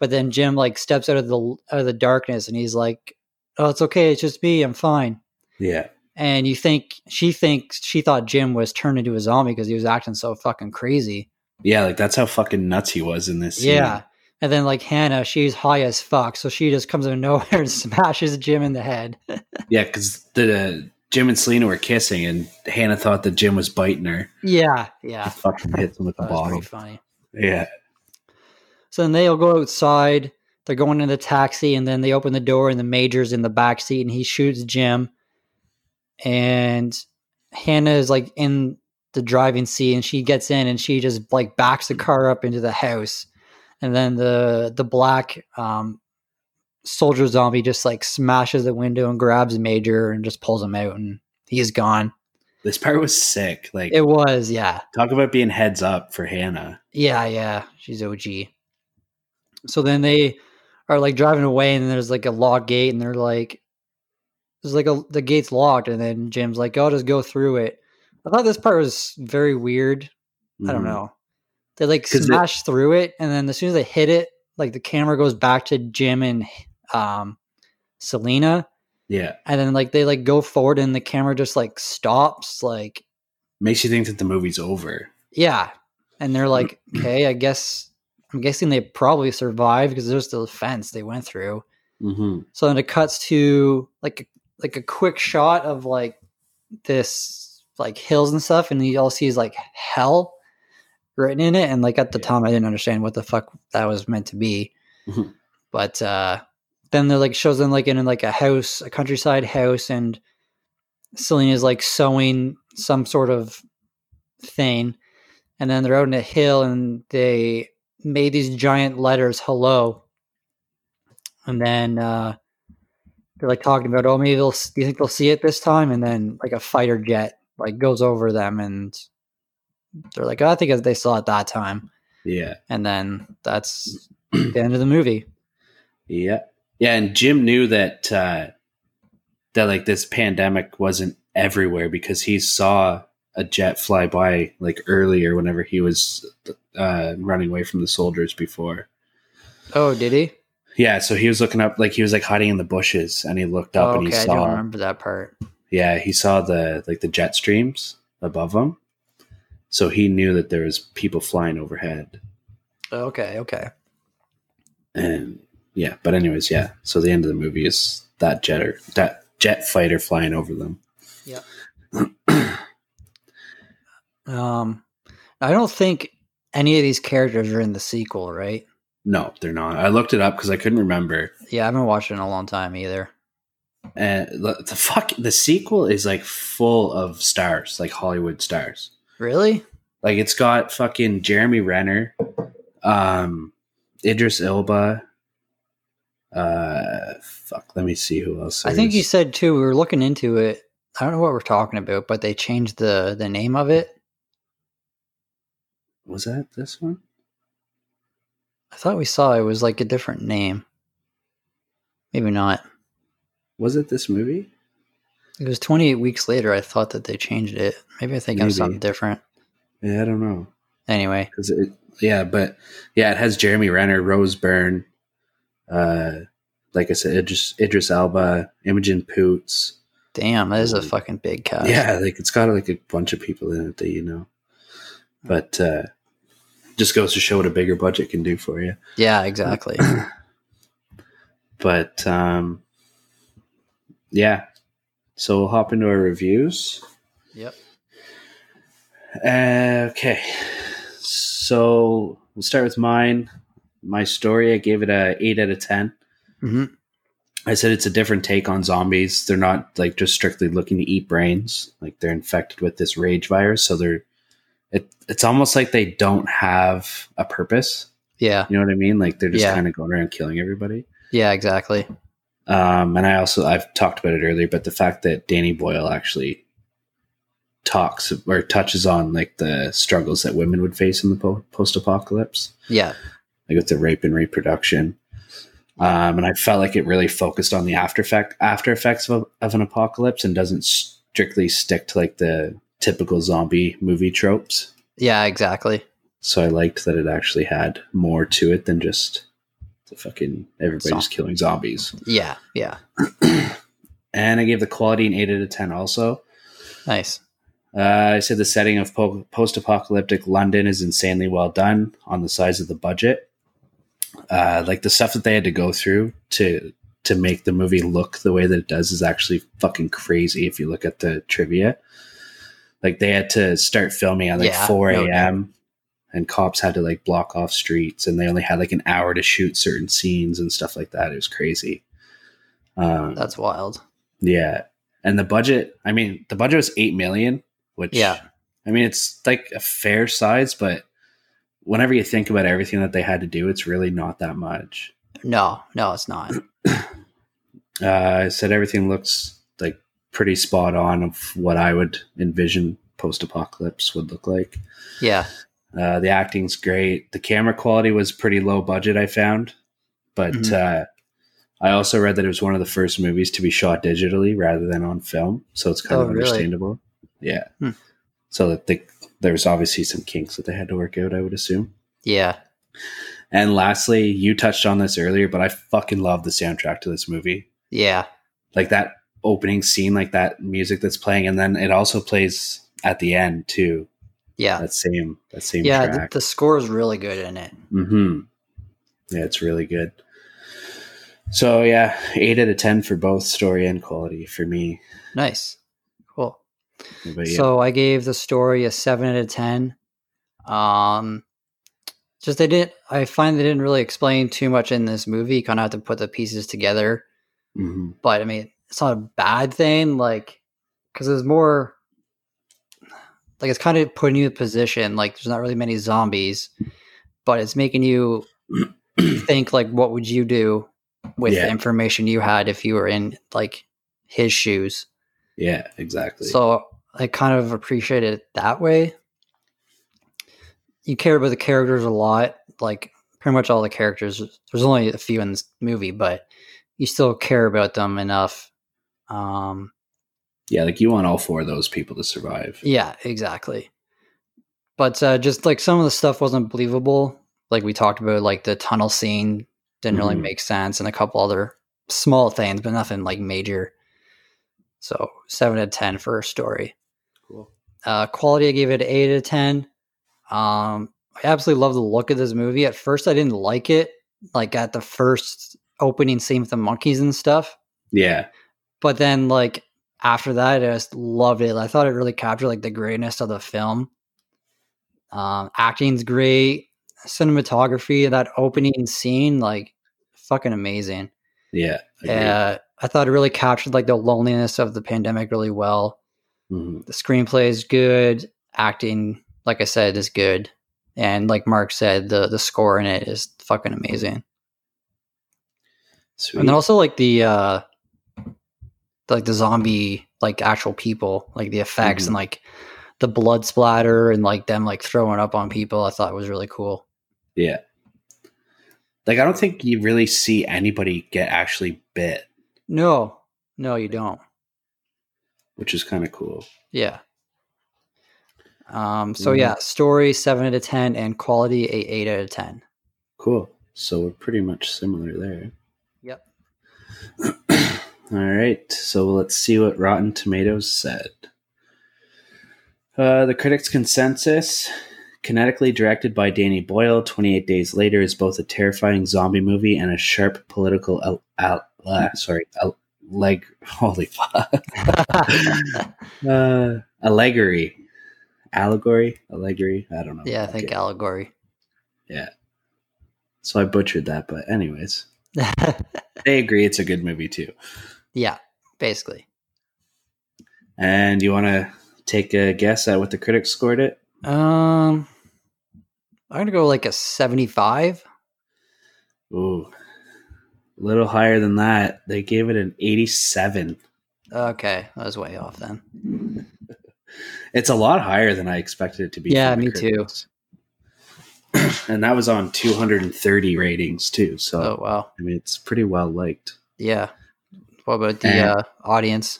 [SPEAKER 2] but then Jim like steps out of the out of the darkness and he's like, "Oh, it's okay. It's just me. I'm fine."
[SPEAKER 1] yeah,
[SPEAKER 2] and you think she thinks she thought Jim was turned into a zombie because he was acting so fucking crazy.
[SPEAKER 1] yeah, like that's how fucking nuts he was in this. scene.
[SPEAKER 2] Yeah. And then like Hannah, she's high as fuck, so she just comes out of nowhere and <laughs> smashes Jim in the head.
[SPEAKER 1] <laughs> yeah, because the Jim and Selena were kissing, and Hannah thought that Jim was biting her.
[SPEAKER 2] yeah, yeah.
[SPEAKER 1] He fucking hits him with the
[SPEAKER 2] That was pretty
[SPEAKER 1] bottle.
[SPEAKER 2] funny.
[SPEAKER 1] Yeah,
[SPEAKER 2] So then they'll go outside. They're going in the taxi, and then they open the door, and the major's in the back seat, and he shoots Jim. And Hannah is like in the driving seat, and she gets in, and she just like backs the car up into the house, and then the the black um, soldier zombie just like smashes the window and grabs Major and just pulls him out, and he is gone.
[SPEAKER 1] this part was sick. Like,
[SPEAKER 2] It was yeah.
[SPEAKER 1] talk about being heads up for Hannah.
[SPEAKER 2] Yeah, yeah, she's OG. So then they are like driving away, and there's like a locked gate, and they're like, "There's like a the gate's locked," and then Jim's like, "Oh, just go through it." I thought this part was very weird. I don't
[SPEAKER 1] Mhm.
[SPEAKER 2] know. They like
[SPEAKER 1] 'Cause it-
[SPEAKER 2] smash through it, and then as soon as they hit it, like the camera goes back to Jim and um, Selena,
[SPEAKER 1] Yeah,
[SPEAKER 2] and then like they like go forward, and the camera just like stops, like
[SPEAKER 1] makes you think that the movie's over.
[SPEAKER 2] yeah. And they're like, okay, I guess I'm guessing they probably survived because there's the fence they went through.
[SPEAKER 1] Mm-hmm.
[SPEAKER 2] So then it cuts to like like a quick shot of like this like hills and stuff, and you all see is like hell written in it. And like at the
[SPEAKER 1] Yeah.
[SPEAKER 2] time I didn't understand what the fuck that was meant to be.
[SPEAKER 1] Mhm.
[SPEAKER 2] but uh then they're like shows them like in like a house, a countryside house, and Selena's like sewing some sort of thing. And then they're out in a hill and they made these giant letters, hello. And then uh, they're like talking about, oh, maybe they'll, do you think they'll see it this time? And then like a fighter jet like goes over them and they're like, oh, I think they saw it that time.
[SPEAKER 1] Yeah,
[SPEAKER 2] And then that's the end of the movie.
[SPEAKER 1] yeah, yeah. And Jim knew that uh, that like this pandemic wasn't everywhere because he saw a jet fly by like earlier whenever he was uh, running away from the soldiers before.
[SPEAKER 2] Oh, did he?
[SPEAKER 1] Yeah, so he was looking up, like he was like hiding in the bushes, and he looked up
[SPEAKER 2] Oh,
[SPEAKER 1] and he
[SPEAKER 2] okay, I don't
[SPEAKER 1] saw.
[SPEAKER 2] remember that part.
[SPEAKER 1] Yeah, he saw the like the jet streams above him, so he knew that there was people flying overhead.
[SPEAKER 2] Okay, okay.
[SPEAKER 1] And yeah, but anyways, yeah. So the end of the movie is that jetter, that jet fighter flying over them.
[SPEAKER 2] Um, I don't think any of these characters are in the sequel, right?
[SPEAKER 1] No, they're not. I looked it up because I couldn't remember.
[SPEAKER 2] Yeah, I haven't watched it in a long time either.
[SPEAKER 1] And the, the fuck, the sequel is like full of stars, like Hollywood stars.
[SPEAKER 2] Really?
[SPEAKER 1] Like it's got fucking Jeremy Renner, um, Idris Elba. Uh, fuck. Let me see who else.
[SPEAKER 2] I think
[SPEAKER 1] is.
[SPEAKER 2] you said too. We were looking into it. I don't know what we're talking about, but they changed the the name of it.
[SPEAKER 1] was that this one.
[SPEAKER 2] I thought we saw it was like a different name. Maybe not.
[SPEAKER 1] Was it this movie?
[SPEAKER 2] It was 28 weeks later. I thought that they changed it. Maybe I think
[SPEAKER 1] Maybe.
[SPEAKER 2] of something different.
[SPEAKER 1] Yeah, I don't know.
[SPEAKER 2] Anyway,
[SPEAKER 1] Cause it, yeah, but yeah, it has Jeremy Renner, Rose Byrne, uh, like I said, Idris, Idris Alba, Imogen Poots.
[SPEAKER 2] Damn, that is a fucking big cast.
[SPEAKER 1] Yeah, like it's got like a bunch of people in it that you know. But uh just goes to show what a bigger budget can do for you.
[SPEAKER 2] Yeah,
[SPEAKER 1] <clears throat>
[SPEAKER 2] exactly.
[SPEAKER 1] But um yeah. So we'll hop into our reviews.
[SPEAKER 2] yep.
[SPEAKER 1] Uh, okay. So we'll start with mine. My story, I gave it a 8 out of 10.
[SPEAKER 2] hmm
[SPEAKER 1] I said it's a different take on zombies. They're not like just strictly looking to eat brains. Like they're infected with this rage virus, so they're it, it's almost like they don't have a purpose.
[SPEAKER 2] Yeah.
[SPEAKER 1] You know what I mean? Like they're just
[SPEAKER 2] Yeah.
[SPEAKER 1] kind of going around killing everybody.
[SPEAKER 2] Yeah, exactly.
[SPEAKER 1] Um, and I also I've talked about it earlier, but the fact that Danny Boyle actually talks or touches on like the struggles that women would face in the po- post-apocalypse,
[SPEAKER 2] Yeah.
[SPEAKER 1] like with the rape and reproduction. Um, and I felt like it really focused on the after effect after effects of, of an apocalypse and doesn't strictly stick to like the typical zombie movie tropes.
[SPEAKER 2] Yeah, exactly.
[SPEAKER 1] So I liked that it actually had more to it than just the fucking everybody's
[SPEAKER 2] Zom-
[SPEAKER 1] killing zombies.
[SPEAKER 2] Yeah. Yeah.
[SPEAKER 1] and I gave the quality an 8 out of 10 also.
[SPEAKER 2] Nice.
[SPEAKER 1] Uh, I said the setting of po- post apocalyptic London is insanely well done on the size of the budget. Uh, like the stuff that they had to go through to to make the movie look the way that it does is actually fucking crazy if you look at the trivia. Like they had to start filming at like
[SPEAKER 2] Yeah,
[SPEAKER 1] 4
[SPEAKER 2] no
[SPEAKER 1] a.m. and cops had to like block off streets and they only had like an hour to shoot certain scenes and stuff like that. It was crazy. Um,
[SPEAKER 2] That's wild.
[SPEAKER 1] yeah. And the budget, I mean, the budget was 8 million, which
[SPEAKER 2] Yeah.
[SPEAKER 1] I mean, it's like a fair size, but whenever you think about everything that they had to do, it's really not that much.
[SPEAKER 2] No, no,
[SPEAKER 1] <clears throat>
[SPEAKER 2] it's not.
[SPEAKER 1] Uh, I said everything looks like pretty spot on of what I would envision post-apocalypse would look like.
[SPEAKER 2] Yeah.
[SPEAKER 1] Uh, the acting's great. The camera quality was pretty low budget, I found, but
[SPEAKER 2] Mm-hmm.
[SPEAKER 1] uh, I also read that it was one of the first movies to be shot digitally rather than on film, so it's kind
[SPEAKER 2] Oh,
[SPEAKER 1] of
[SPEAKER 2] really?
[SPEAKER 1] understandable. Yeah.
[SPEAKER 2] Hmm.
[SPEAKER 1] So that they, there was obviously some kinks that they had to work out, I would assume.
[SPEAKER 2] Yeah.
[SPEAKER 1] And lastly, you touched on this earlier, but I fucking love the soundtrack to this movie.
[SPEAKER 2] Yeah.
[SPEAKER 1] Like that opening scene, like that music that's playing, and then it also plays at the end too.
[SPEAKER 2] Yeah.
[SPEAKER 1] That same that same
[SPEAKER 2] Yeah. The,
[SPEAKER 1] track.
[SPEAKER 2] the score is really good in it.
[SPEAKER 1] Hmm. Yeah, it's really good. So yeah, eight out of ten for both story and quality for me.
[SPEAKER 2] Nice. Cool.
[SPEAKER 1] But yeah,
[SPEAKER 2] So I gave the story a seven out of ten. Um, just they did. I find they didn't really explain too much in this movie. You kind of have to put the pieces together.
[SPEAKER 1] Mhm.
[SPEAKER 2] But I mean, it's not a bad thing, like because there's more. Like it's kind of putting you in a position. Like there's not really many zombies, but it's
[SPEAKER 1] <clears throat>
[SPEAKER 2] making you think. Like, what would you do with
[SPEAKER 1] Yeah.
[SPEAKER 2] the information you had if you were in like his shoes?
[SPEAKER 1] yeah, exactly.
[SPEAKER 2] So I kind of appreciate it that way. You care about the characters a lot, like pretty much all the characters. There's only a few in this movie, but you still care about them enough. Um,
[SPEAKER 1] yeah, like you want all four of those people to survive.
[SPEAKER 2] yeah, exactly. But uh, just like some of the stuff wasn't believable. Like we talked about, like the tunnel scene didn't really
[SPEAKER 1] Mhm.
[SPEAKER 2] make sense, and a couple other small things, but nothing like major. So seven out of ten for a story.
[SPEAKER 1] Cool.
[SPEAKER 2] Uh, quality, I gave it an 8 out of 10. Um, I absolutely love the look of this movie. At first, I didn't like it, like at the first opening scene with the monkeys and stuff.
[SPEAKER 1] Yeah,
[SPEAKER 2] But then, like, after that, I just loved it. I thought it really captured, like, the greatness of the film. Um, acting's great. Cinematography, that opening scene, like, fucking amazing.
[SPEAKER 1] yeah, agreed.
[SPEAKER 2] Uh, I thought it really captured, like, the loneliness of the pandemic really well
[SPEAKER 1] Mhm.
[SPEAKER 2] the screenplay is good acting like i said is good and like mark said the the score in it is fucking amazing
[SPEAKER 1] Sweet.
[SPEAKER 2] and then also like the uh like the zombie like actual people like the effects
[SPEAKER 1] Mhm.
[SPEAKER 2] and like the blood splatter and like them like throwing up on people i thought was really cool
[SPEAKER 1] yeah, like I don't think you really see anybody get actually bit,
[SPEAKER 2] no no you don't
[SPEAKER 1] which is kind of cool.
[SPEAKER 2] yeah um so
[SPEAKER 1] Mhm.
[SPEAKER 2] yeah story 7 out of 10 and quality a 8 out of 10
[SPEAKER 1] Cool. So we're pretty much similar there.
[SPEAKER 2] Yep.
[SPEAKER 1] <clears throat> All right, so let's see what Rotten Tomatoes said. Uh, the critics' consensus kinetically directed by Danny Boyle, 28 Days Later is both a terrifying zombie movie and a sharp political al- al- uh, sorry, al- leg <laughs> holy
[SPEAKER 2] <laughs>
[SPEAKER 1] fuck. uh, allegory. Allegory? Allegory? I don't know.
[SPEAKER 2] Yeah, I think
[SPEAKER 1] Oh, Okay.
[SPEAKER 2] allegory. <laughs>
[SPEAKER 1] Yeah. So I butchered that, but anyways, they agree it's a good movie too.
[SPEAKER 2] yeah, basically.
[SPEAKER 1] And you want to take a guess at what the critics scored it?
[SPEAKER 2] Um, I'm gonna go like a 75.
[SPEAKER 1] Ooh. A little higher than that. They gave it an 87.
[SPEAKER 2] Okay, I was way off then.
[SPEAKER 1] It's a lot higher than I expected it to be.
[SPEAKER 2] Yeah,
[SPEAKER 1] from the
[SPEAKER 2] me too.
[SPEAKER 1] too. <clears throat> And that was on 230 ratings too. So
[SPEAKER 2] Oh wow,
[SPEAKER 1] I mean, it's pretty well liked.
[SPEAKER 2] yeah. What about the
[SPEAKER 1] And-
[SPEAKER 2] uh, audience?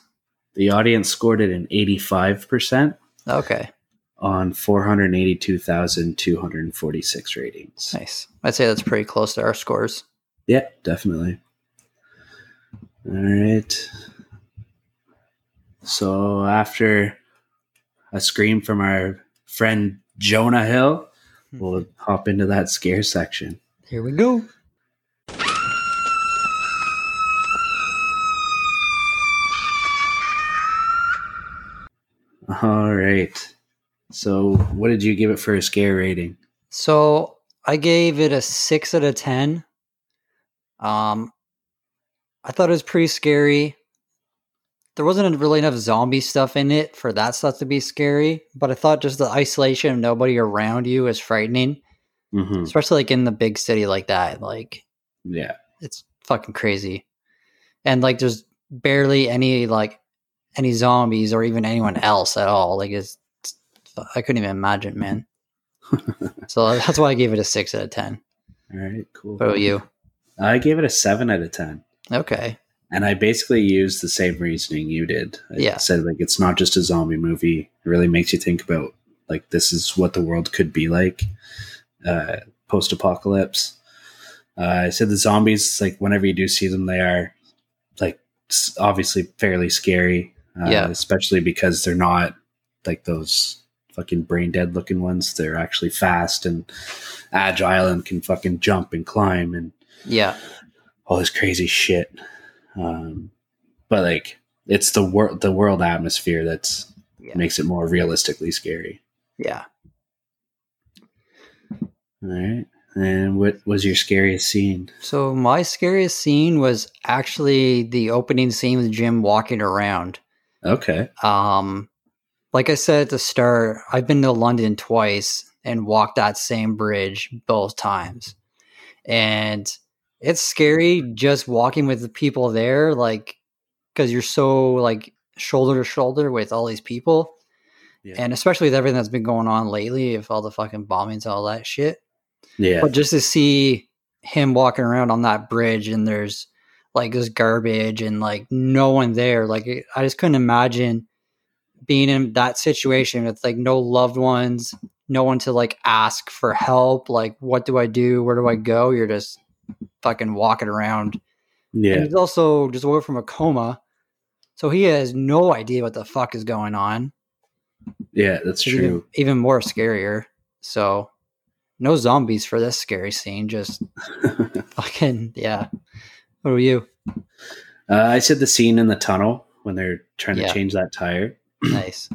[SPEAKER 1] The audience scored it an 85 percent
[SPEAKER 2] Okay,
[SPEAKER 1] on 482,246 ratings.
[SPEAKER 2] nice. I'd say that's pretty close to our scores.
[SPEAKER 1] Yeah, definitely. All right. So after a scream from our friend Jonah Hill,
[SPEAKER 2] Hmm.
[SPEAKER 1] we'll hop into that scare section.
[SPEAKER 2] Here we go.
[SPEAKER 1] All right. So, what did you give it for a scare rating?
[SPEAKER 2] So I gave it a six out of ten. Um, I thought it was pretty scary. There wasn't really enough zombie stuff in it for that stuff to be scary, but I thought just the isolation of nobody around you is frightening,
[SPEAKER 1] Mm-hmm.
[SPEAKER 2] especially like in the big city like that. Like
[SPEAKER 1] Yeah.
[SPEAKER 2] it's fucking crazy, and like there's barely any like any zombies or even anyone else at all. Like it's, it's I couldn't even imagine, man. so uh, that's why I gave it a six out of ten.
[SPEAKER 1] All right. Cool.
[SPEAKER 2] What
[SPEAKER 1] <laughs>
[SPEAKER 2] about you?
[SPEAKER 1] I gave it a seven out of ten,
[SPEAKER 2] Okay.
[SPEAKER 1] and I basically used the same reasoning you did. I
[SPEAKER 2] Yeah.
[SPEAKER 1] said like it's not just a zombie movie. It really makes you think about like this is what the world could be like uh, post apocalypse. Uh, I said the zombies like whenever you do see them, they are like s- obviously fairly scary. Uh,
[SPEAKER 2] Yeah.
[SPEAKER 1] Especially because they're not like those fucking brain dead looking ones. They're actually fast and agile and can fucking jump and climb and
[SPEAKER 2] Yeah.
[SPEAKER 1] all this crazy shit. Um, but like it's the world the world atmosphere that's
[SPEAKER 2] Yeah.
[SPEAKER 1] makes it more realistically scary.
[SPEAKER 2] Yeah.
[SPEAKER 1] All right. And what was your scariest scene?
[SPEAKER 2] So my scariest scene was actually the opening scene with Jim walking around.
[SPEAKER 1] Okay.
[SPEAKER 2] Um, like I said at the start, I've been to London twice and walked that same bridge both times. And it's scary just walking with the people there, like, because you're so, like, shoulder to shoulder with all these people.
[SPEAKER 1] Yeah.
[SPEAKER 2] And especially with everything that's been going on lately, if all the fucking bombings, all that shit.
[SPEAKER 1] Yeah.
[SPEAKER 2] But just to see him walking around on that bridge and there's like this garbage and like no one there, like it- I just couldn't imagine being in that situation with like no loved ones, no one to like ask for help. Like, what do I do? Where do I go? You're just fucking walking around. And
[SPEAKER 1] Yeah.
[SPEAKER 2] he's also just woke from a coma. So he has no idea what the fuck is going on.
[SPEAKER 1] Yeah, that's
[SPEAKER 2] It's even-
[SPEAKER 1] true.
[SPEAKER 2] Even, more scarier. So, no zombies for this scary
[SPEAKER 1] <laughs>
[SPEAKER 2] scene. Just fucking yeah. What are you?
[SPEAKER 1] Uh, I said the scene in the tunnel when they're trying
[SPEAKER 2] Yeah.
[SPEAKER 1] to change that tire
[SPEAKER 2] Nice.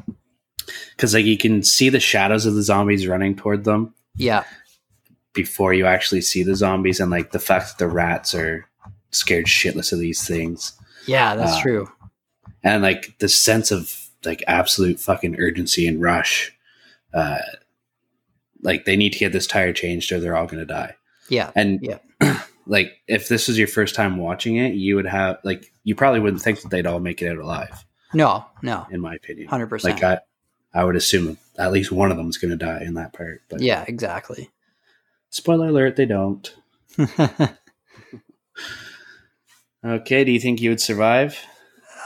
[SPEAKER 1] because like you can see the shadows of the zombies running toward them
[SPEAKER 2] Yeah.
[SPEAKER 1] before you actually see the zombies and like the fact that the rats are scared shitless of these things
[SPEAKER 2] Yeah, that's
[SPEAKER 1] Uh,
[SPEAKER 2] true.
[SPEAKER 1] and like the sense of like absolute fucking urgency and rush uh like they need to get this tire changed or they're all going to die
[SPEAKER 2] Yeah.
[SPEAKER 1] and
[SPEAKER 2] Yeah.
[SPEAKER 1] <clears throat> like if this was your first time watching it you would have like you probably wouldn't think that they'd all make it out alive
[SPEAKER 2] No, no.
[SPEAKER 1] in my opinion
[SPEAKER 2] 100%.
[SPEAKER 1] like uh, i i would assume at least one of them's going to die in that part but
[SPEAKER 2] yeah, exactly. <laughs>
[SPEAKER 1] spoiler alert they don't okay do you think you would survive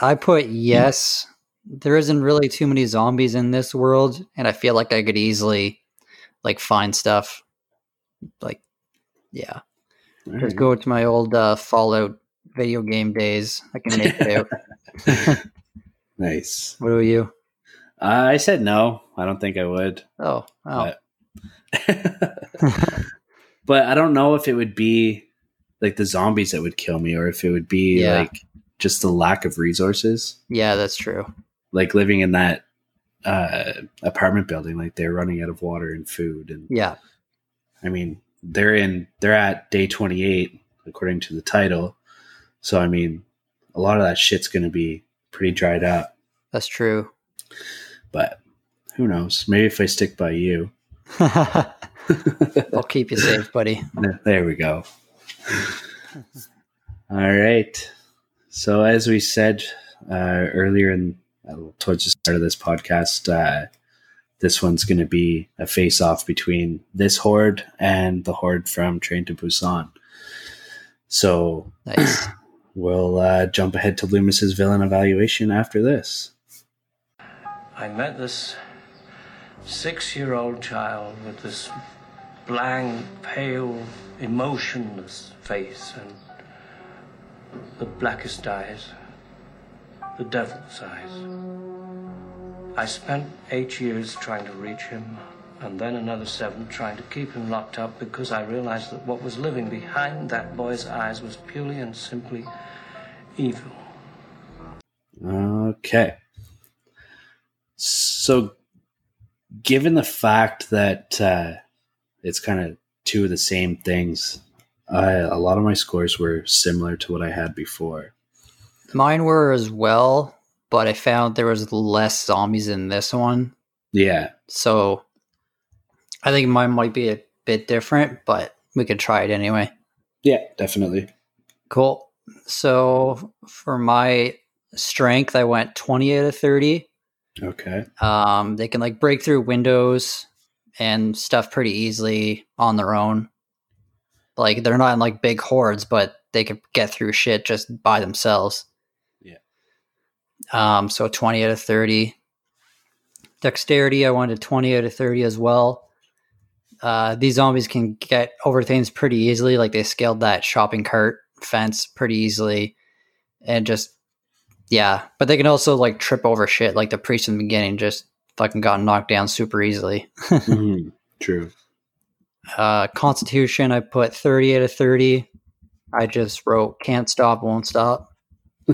[SPEAKER 2] I put yes. There isn't really too many zombies in this world, and I feel like I could easily like find stuff. Like, yeah.
[SPEAKER 1] All
[SPEAKER 2] Just
[SPEAKER 1] right.
[SPEAKER 2] go to my old uh, Fallout video game days. I can make it
[SPEAKER 1] <laughs>
[SPEAKER 2] out.
[SPEAKER 1] nice.
[SPEAKER 2] What are you?
[SPEAKER 1] Uh, I said no. I don't think I would.
[SPEAKER 2] Oh, oh,
[SPEAKER 1] <laughs> but I don't know if it would be like the zombies that would kill me or if it would be
[SPEAKER 2] Yeah.
[SPEAKER 1] like just the lack of resources.
[SPEAKER 2] yeah, that's true.
[SPEAKER 1] Like living in that uh, apartment building, like they're running out of water and food. And
[SPEAKER 2] Yeah,
[SPEAKER 1] I mean, they're in, they're at day 28, according to the title. So, I mean, a lot of that shit's going to be pretty dried up,
[SPEAKER 2] that's true.
[SPEAKER 1] but who knows? Maybe if I stick by you. <laughs>
[SPEAKER 2] I'll keep you safe, buddy.
[SPEAKER 1] There we go. All right. So as we said uh, earlier in uh, towards the start of this podcast, uh, this one's going to be a face-off between this horde and the horde from Train to Busan. So
[SPEAKER 2] Nice.
[SPEAKER 1] we'll uh, jump ahead to Loomis's villain evaluation after this.
[SPEAKER 3] I met this six year old child with this blank, pale, emotionless face and the blackest eyes, the devil's eyes. I spent eight years trying to reach him and then another seven trying to keep him locked up because I realized that what was living behind that boy's eyes was purely and simply evil.
[SPEAKER 1] Okay. So, given the fact that uh, it's kind of two of the same things, I, a lot of my scores were similar to what I had before.
[SPEAKER 2] Mine were as well, but I found there was less zombies in this one,
[SPEAKER 1] Yeah.
[SPEAKER 2] so I think mine might be a bit different, but we could try it anyway.
[SPEAKER 1] Yeah, definitely.
[SPEAKER 2] Cool. So for my strength, I went twenty out of thirty.
[SPEAKER 1] Okay.
[SPEAKER 2] Um, they can like break through windows and stuff pretty easily on their own. Like they're not in like big hordes, but they could get through shit just by themselves.
[SPEAKER 1] Yeah.
[SPEAKER 2] Um, so twenty out of thirty. Dexterity, I wanted twenty out of thirty as well. Uh, these zombies can get over things pretty easily. Like they scaled that shopping cart fence pretty easily, and just yeah, but they can also like trip over shit. Like the priest in the beginning just fucking got knocked down super easily.
[SPEAKER 1] Mhm. True.
[SPEAKER 2] Uh, Constitution, I put 30 out of 30. I just wrote can't stop, won't stop. <laughs>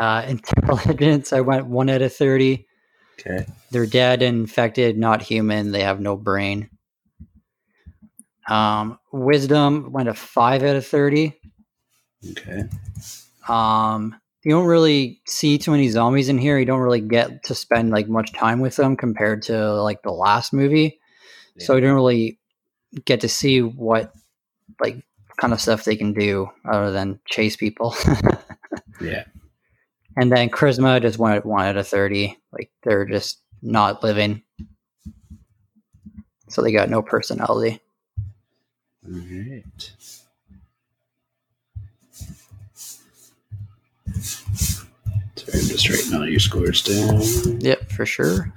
[SPEAKER 2] uh, intelligence, I went 1 out of 30.
[SPEAKER 1] Okay.
[SPEAKER 2] They're dead, infected, not human. They have no brain. Um, wisdom went a 5 out of 30.
[SPEAKER 1] Okay.
[SPEAKER 2] Um, you don't really see too many zombies in here. You don't really get to spend like much time with them compared to like the last movie. So
[SPEAKER 1] Yeah.
[SPEAKER 2] you don't really get to see what like kind of stuff they can do other than chase people. <laughs>
[SPEAKER 1] Yeah.
[SPEAKER 2] and then charisma just one at one out of thirty. Like they're just not living. So they got no personality.
[SPEAKER 1] All right. Sorry, I'm just writing all your scores down.
[SPEAKER 2] Yep, for sure.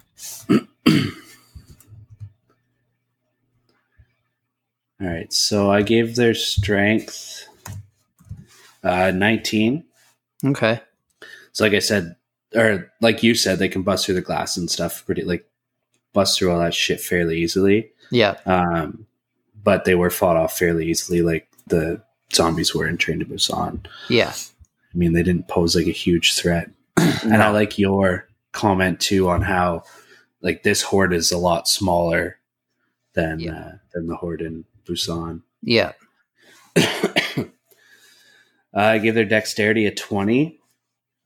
[SPEAKER 1] All right, so I gave their strength uh, 19.
[SPEAKER 2] Okay.
[SPEAKER 1] So, like I said, or like you said, they can bust through the glass and stuff pretty, like, bust through all that shit fairly easily.
[SPEAKER 2] Yeah.
[SPEAKER 1] Um, but they were fought off fairly easily, like the zombies were in Train to Busan.
[SPEAKER 2] Yeah.
[SPEAKER 1] I mean, they didn't pose like a huge threat. <clears throat> And I like your comment too on how, like, this horde is a lot smaller than
[SPEAKER 2] Yeah.
[SPEAKER 1] uh, than the horde in Busan.
[SPEAKER 2] Yeah.
[SPEAKER 1] I give their dexterity a 20.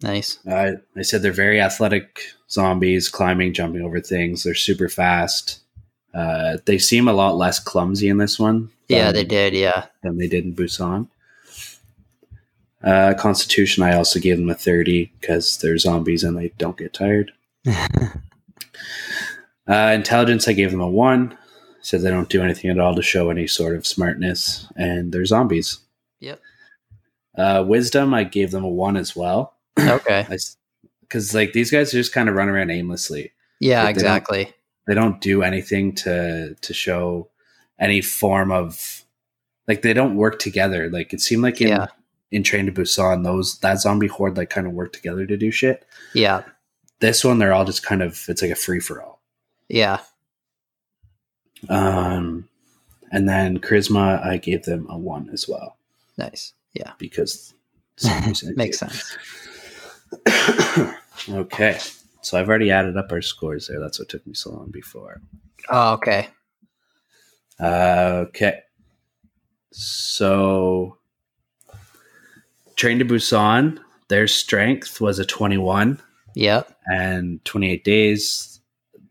[SPEAKER 2] Nice.
[SPEAKER 1] Uh, I said they're very athletic zombies, climbing, jumping over things. They're super fast. Uh, they seem a lot less clumsy in this one
[SPEAKER 2] Yeah,
[SPEAKER 1] than,
[SPEAKER 2] they did. Yeah. <laughs>
[SPEAKER 1] than they did in Busan. Uh, Constitution, I also gave them a 30 because they're zombies and they don't get tired. Uh, intelligence, I gave them a 1. Said they don't do anything at all to show any sort of smartness, and they're zombies.
[SPEAKER 2] Yep.
[SPEAKER 1] Uh, wisdom, I gave them a 1 as well.
[SPEAKER 2] okay.
[SPEAKER 1] because like these guys just kind of run around aimlessly.
[SPEAKER 2] Yeah,
[SPEAKER 1] Like, they don't-
[SPEAKER 2] exactly.
[SPEAKER 1] They don't do anything to to show any form of like they don't work together. Like it seemed like in,
[SPEAKER 2] Yeah.
[SPEAKER 1] in Train to Busan, those that zombie horde like kind of work together to do shit.
[SPEAKER 2] Yeah.
[SPEAKER 1] This one, they're all just kind of it's like a free for all.
[SPEAKER 2] Yeah.
[SPEAKER 1] Um, and then charisma, I gave them a one as well
[SPEAKER 2] Nice. Yeah. <laughs>
[SPEAKER 1] because for some reason it
[SPEAKER 2] Makes
[SPEAKER 1] did.
[SPEAKER 2] sense.
[SPEAKER 1] okay, so I've already added up our scores there. That's what took me so long before.
[SPEAKER 2] Oh, okay.
[SPEAKER 1] Uh, okay, so Train to Busan, their strength was a twenty-one.
[SPEAKER 2] Yep.
[SPEAKER 1] and 28 days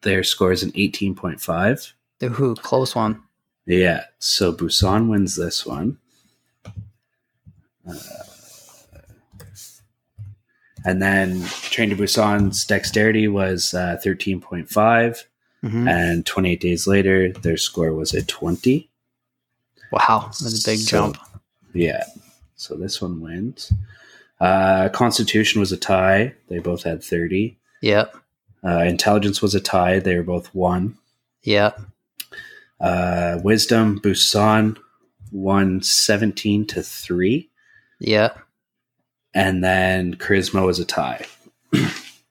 [SPEAKER 1] their score is an 18.5
[SPEAKER 2] Ooh, close one.
[SPEAKER 1] yeah so busan wins this one Uh, and then train to busan's dexterity was uh, 13.5
[SPEAKER 2] Mhm.
[SPEAKER 1] and 28 days later their score was a 20
[SPEAKER 2] Wow. That's a big
[SPEAKER 1] So-
[SPEAKER 2] jump.
[SPEAKER 1] yeah so this one wins uh, constitution was a tie they both had 30
[SPEAKER 2] Yep.
[SPEAKER 1] uh, intelligence was a tie they were both one
[SPEAKER 2] Yep.
[SPEAKER 1] Uh, Wisdom Busan won 17 to 3.
[SPEAKER 2] Yep.
[SPEAKER 1] And then Charisma was a tie.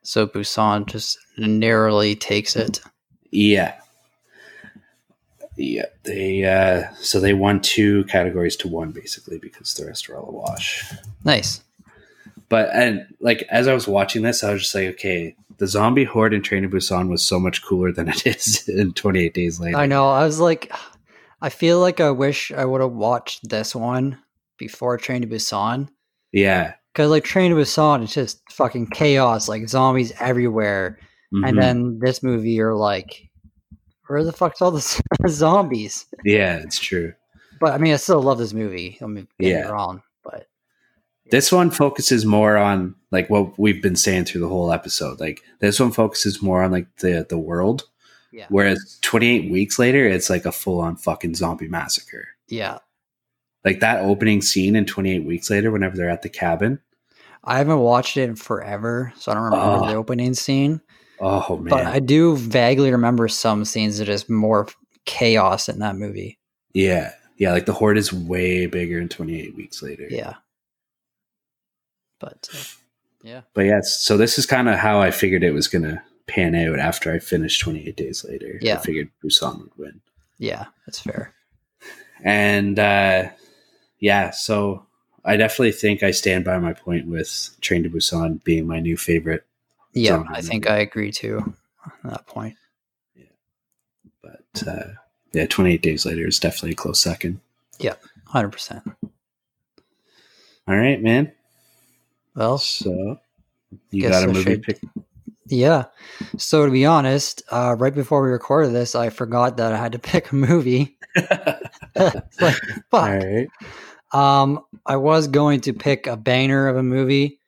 [SPEAKER 2] So Busan just narrowly takes it.
[SPEAKER 1] Yeah. Yeah. They uh so they won two categories to one basically because the rest were all a wash.
[SPEAKER 2] Nice.
[SPEAKER 1] But and like as I was watching this, I was just like, okay, the zombie horde in Train to Busan was so much cooler than <laughs> it is in 28 days later.
[SPEAKER 2] I know. I was like, I feel like I wish I would have watched this one before Train to Busan.
[SPEAKER 1] Yeah.
[SPEAKER 2] Because, like, Train to Busan is just fucking chaos, like, zombies everywhere.
[SPEAKER 1] Mhm.
[SPEAKER 2] And then this movie, you're like, where the fuck's all the <laughs> z- zombies?
[SPEAKER 1] yeah, it's true.
[SPEAKER 2] But I mean, I still love this movie. I mean, get
[SPEAKER 1] Yeah.
[SPEAKER 2] me wrong, but
[SPEAKER 1] This one focuses more on like what we've been saying through the whole episode. Like this one focuses more on like the the world,
[SPEAKER 2] yeah,
[SPEAKER 1] whereas 28 weeks later it's like a full on fucking zombie massacre.
[SPEAKER 2] yeah.
[SPEAKER 1] Like that opening scene in 28 weeks later whenever they're at the cabin.
[SPEAKER 2] I haven't watched it in forever, so I don't remember
[SPEAKER 1] Oh,
[SPEAKER 2] the opening scene.
[SPEAKER 1] Oh man.
[SPEAKER 2] But I do vaguely remember some scenes that is more chaos in that movie.
[SPEAKER 1] yeah. Yeah, like the horde is way bigger in 28 weeks later.
[SPEAKER 2] Yeah. But uh, yeah,
[SPEAKER 1] But yeah, it's- so this is kind of how I figured it was going to pan out after I finished 28 days later.
[SPEAKER 2] Yeah.
[SPEAKER 1] I figured Busan would win.
[SPEAKER 2] yeah, that's fair.
[SPEAKER 1] And uh, yeah, so I definitely think I stand by my point with Train to Busan being my new favorite.
[SPEAKER 2] Yeah,
[SPEAKER 1] Zombie
[SPEAKER 2] I think I agree too on that point.
[SPEAKER 1] But uh, yeah, 28 Days Later is definitely a close second.
[SPEAKER 2] 100%.
[SPEAKER 1] All right, man.
[SPEAKER 2] Well,
[SPEAKER 1] So you
[SPEAKER 2] Guess
[SPEAKER 1] got a
[SPEAKER 2] I
[SPEAKER 1] movie
[SPEAKER 2] should- <laughs>
[SPEAKER 1] pick?
[SPEAKER 2] Yeah. So to be honest, uh, right before we recorded this, I forgot that I had to <laughs> pick a movie. It's like,
[SPEAKER 1] <laughs> All
[SPEAKER 2] fuck.
[SPEAKER 1] right.
[SPEAKER 2] Um, I was going to pick a banger of a movie.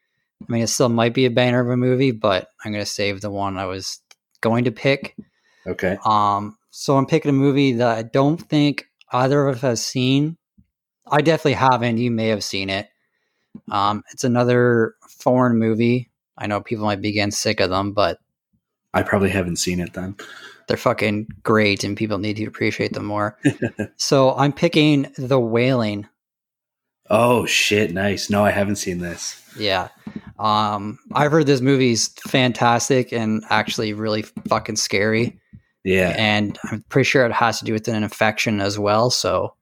[SPEAKER 2] I mean, it still might be a banger of a movie, but I'm going to save the one I was going to pick.
[SPEAKER 1] Okay.
[SPEAKER 2] Um, so I'm picking a movie that I don't think either of us has seen. I definitely haven't. You may have seen it. Um, it's another foreign movie. I know people might be getting sick of them, but
[SPEAKER 1] I probably haven't seen it then.
[SPEAKER 2] they're fucking great and people need to appreciate them more. so I'm picking The Wailing.
[SPEAKER 1] Oh, shit. Nice. No, I haven't seen this.
[SPEAKER 2] Yeah. Um, I've heard this movie's fantastic and actually really fucking scary.
[SPEAKER 1] Yeah.
[SPEAKER 2] And I'm pretty sure it has to do with an infection as well. So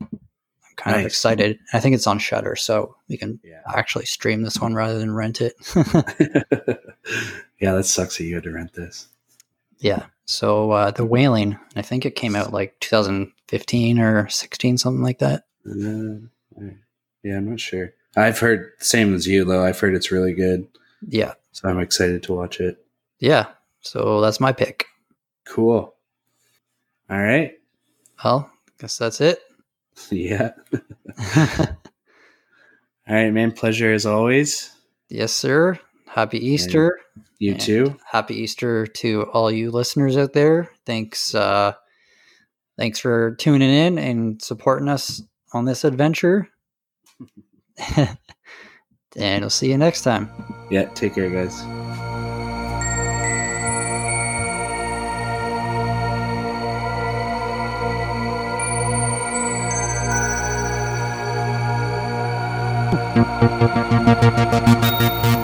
[SPEAKER 2] I'm kind of
[SPEAKER 1] Nice.
[SPEAKER 2] excited. I think it's on Shutter, so we can
[SPEAKER 1] Yeah.
[SPEAKER 2] actually stream this one rather than rent it. <laughs>
[SPEAKER 1] <laughs> yeah, that sucks that you had to rent this.
[SPEAKER 2] yeah. So uh, The Wailing, I think it came out like 2015 or 16, something like that.
[SPEAKER 1] Uh, yeah, I'm not sure. I've heard, same as you, though. I've heard it's really good.
[SPEAKER 2] Yeah.
[SPEAKER 1] So I'm excited to watch it.
[SPEAKER 2] Yeah. So that's my pick.
[SPEAKER 1] Cool. All right. <laughs>
[SPEAKER 2] Well, guess that's it. <laughs>
[SPEAKER 1] Yeah. All right, man. Pleasure as always.
[SPEAKER 2] yes, sir. Happy Easter.
[SPEAKER 1] You
[SPEAKER 2] And
[SPEAKER 1] too.
[SPEAKER 2] Happy Easter to all you listeners out there. Thanks uh thanks for tuning in and supporting us on this adventure. <laughs> and we'll see you next time.
[SPEAKER 1] Yeah. Take care, guys.
[SPEAKER 4] Bye.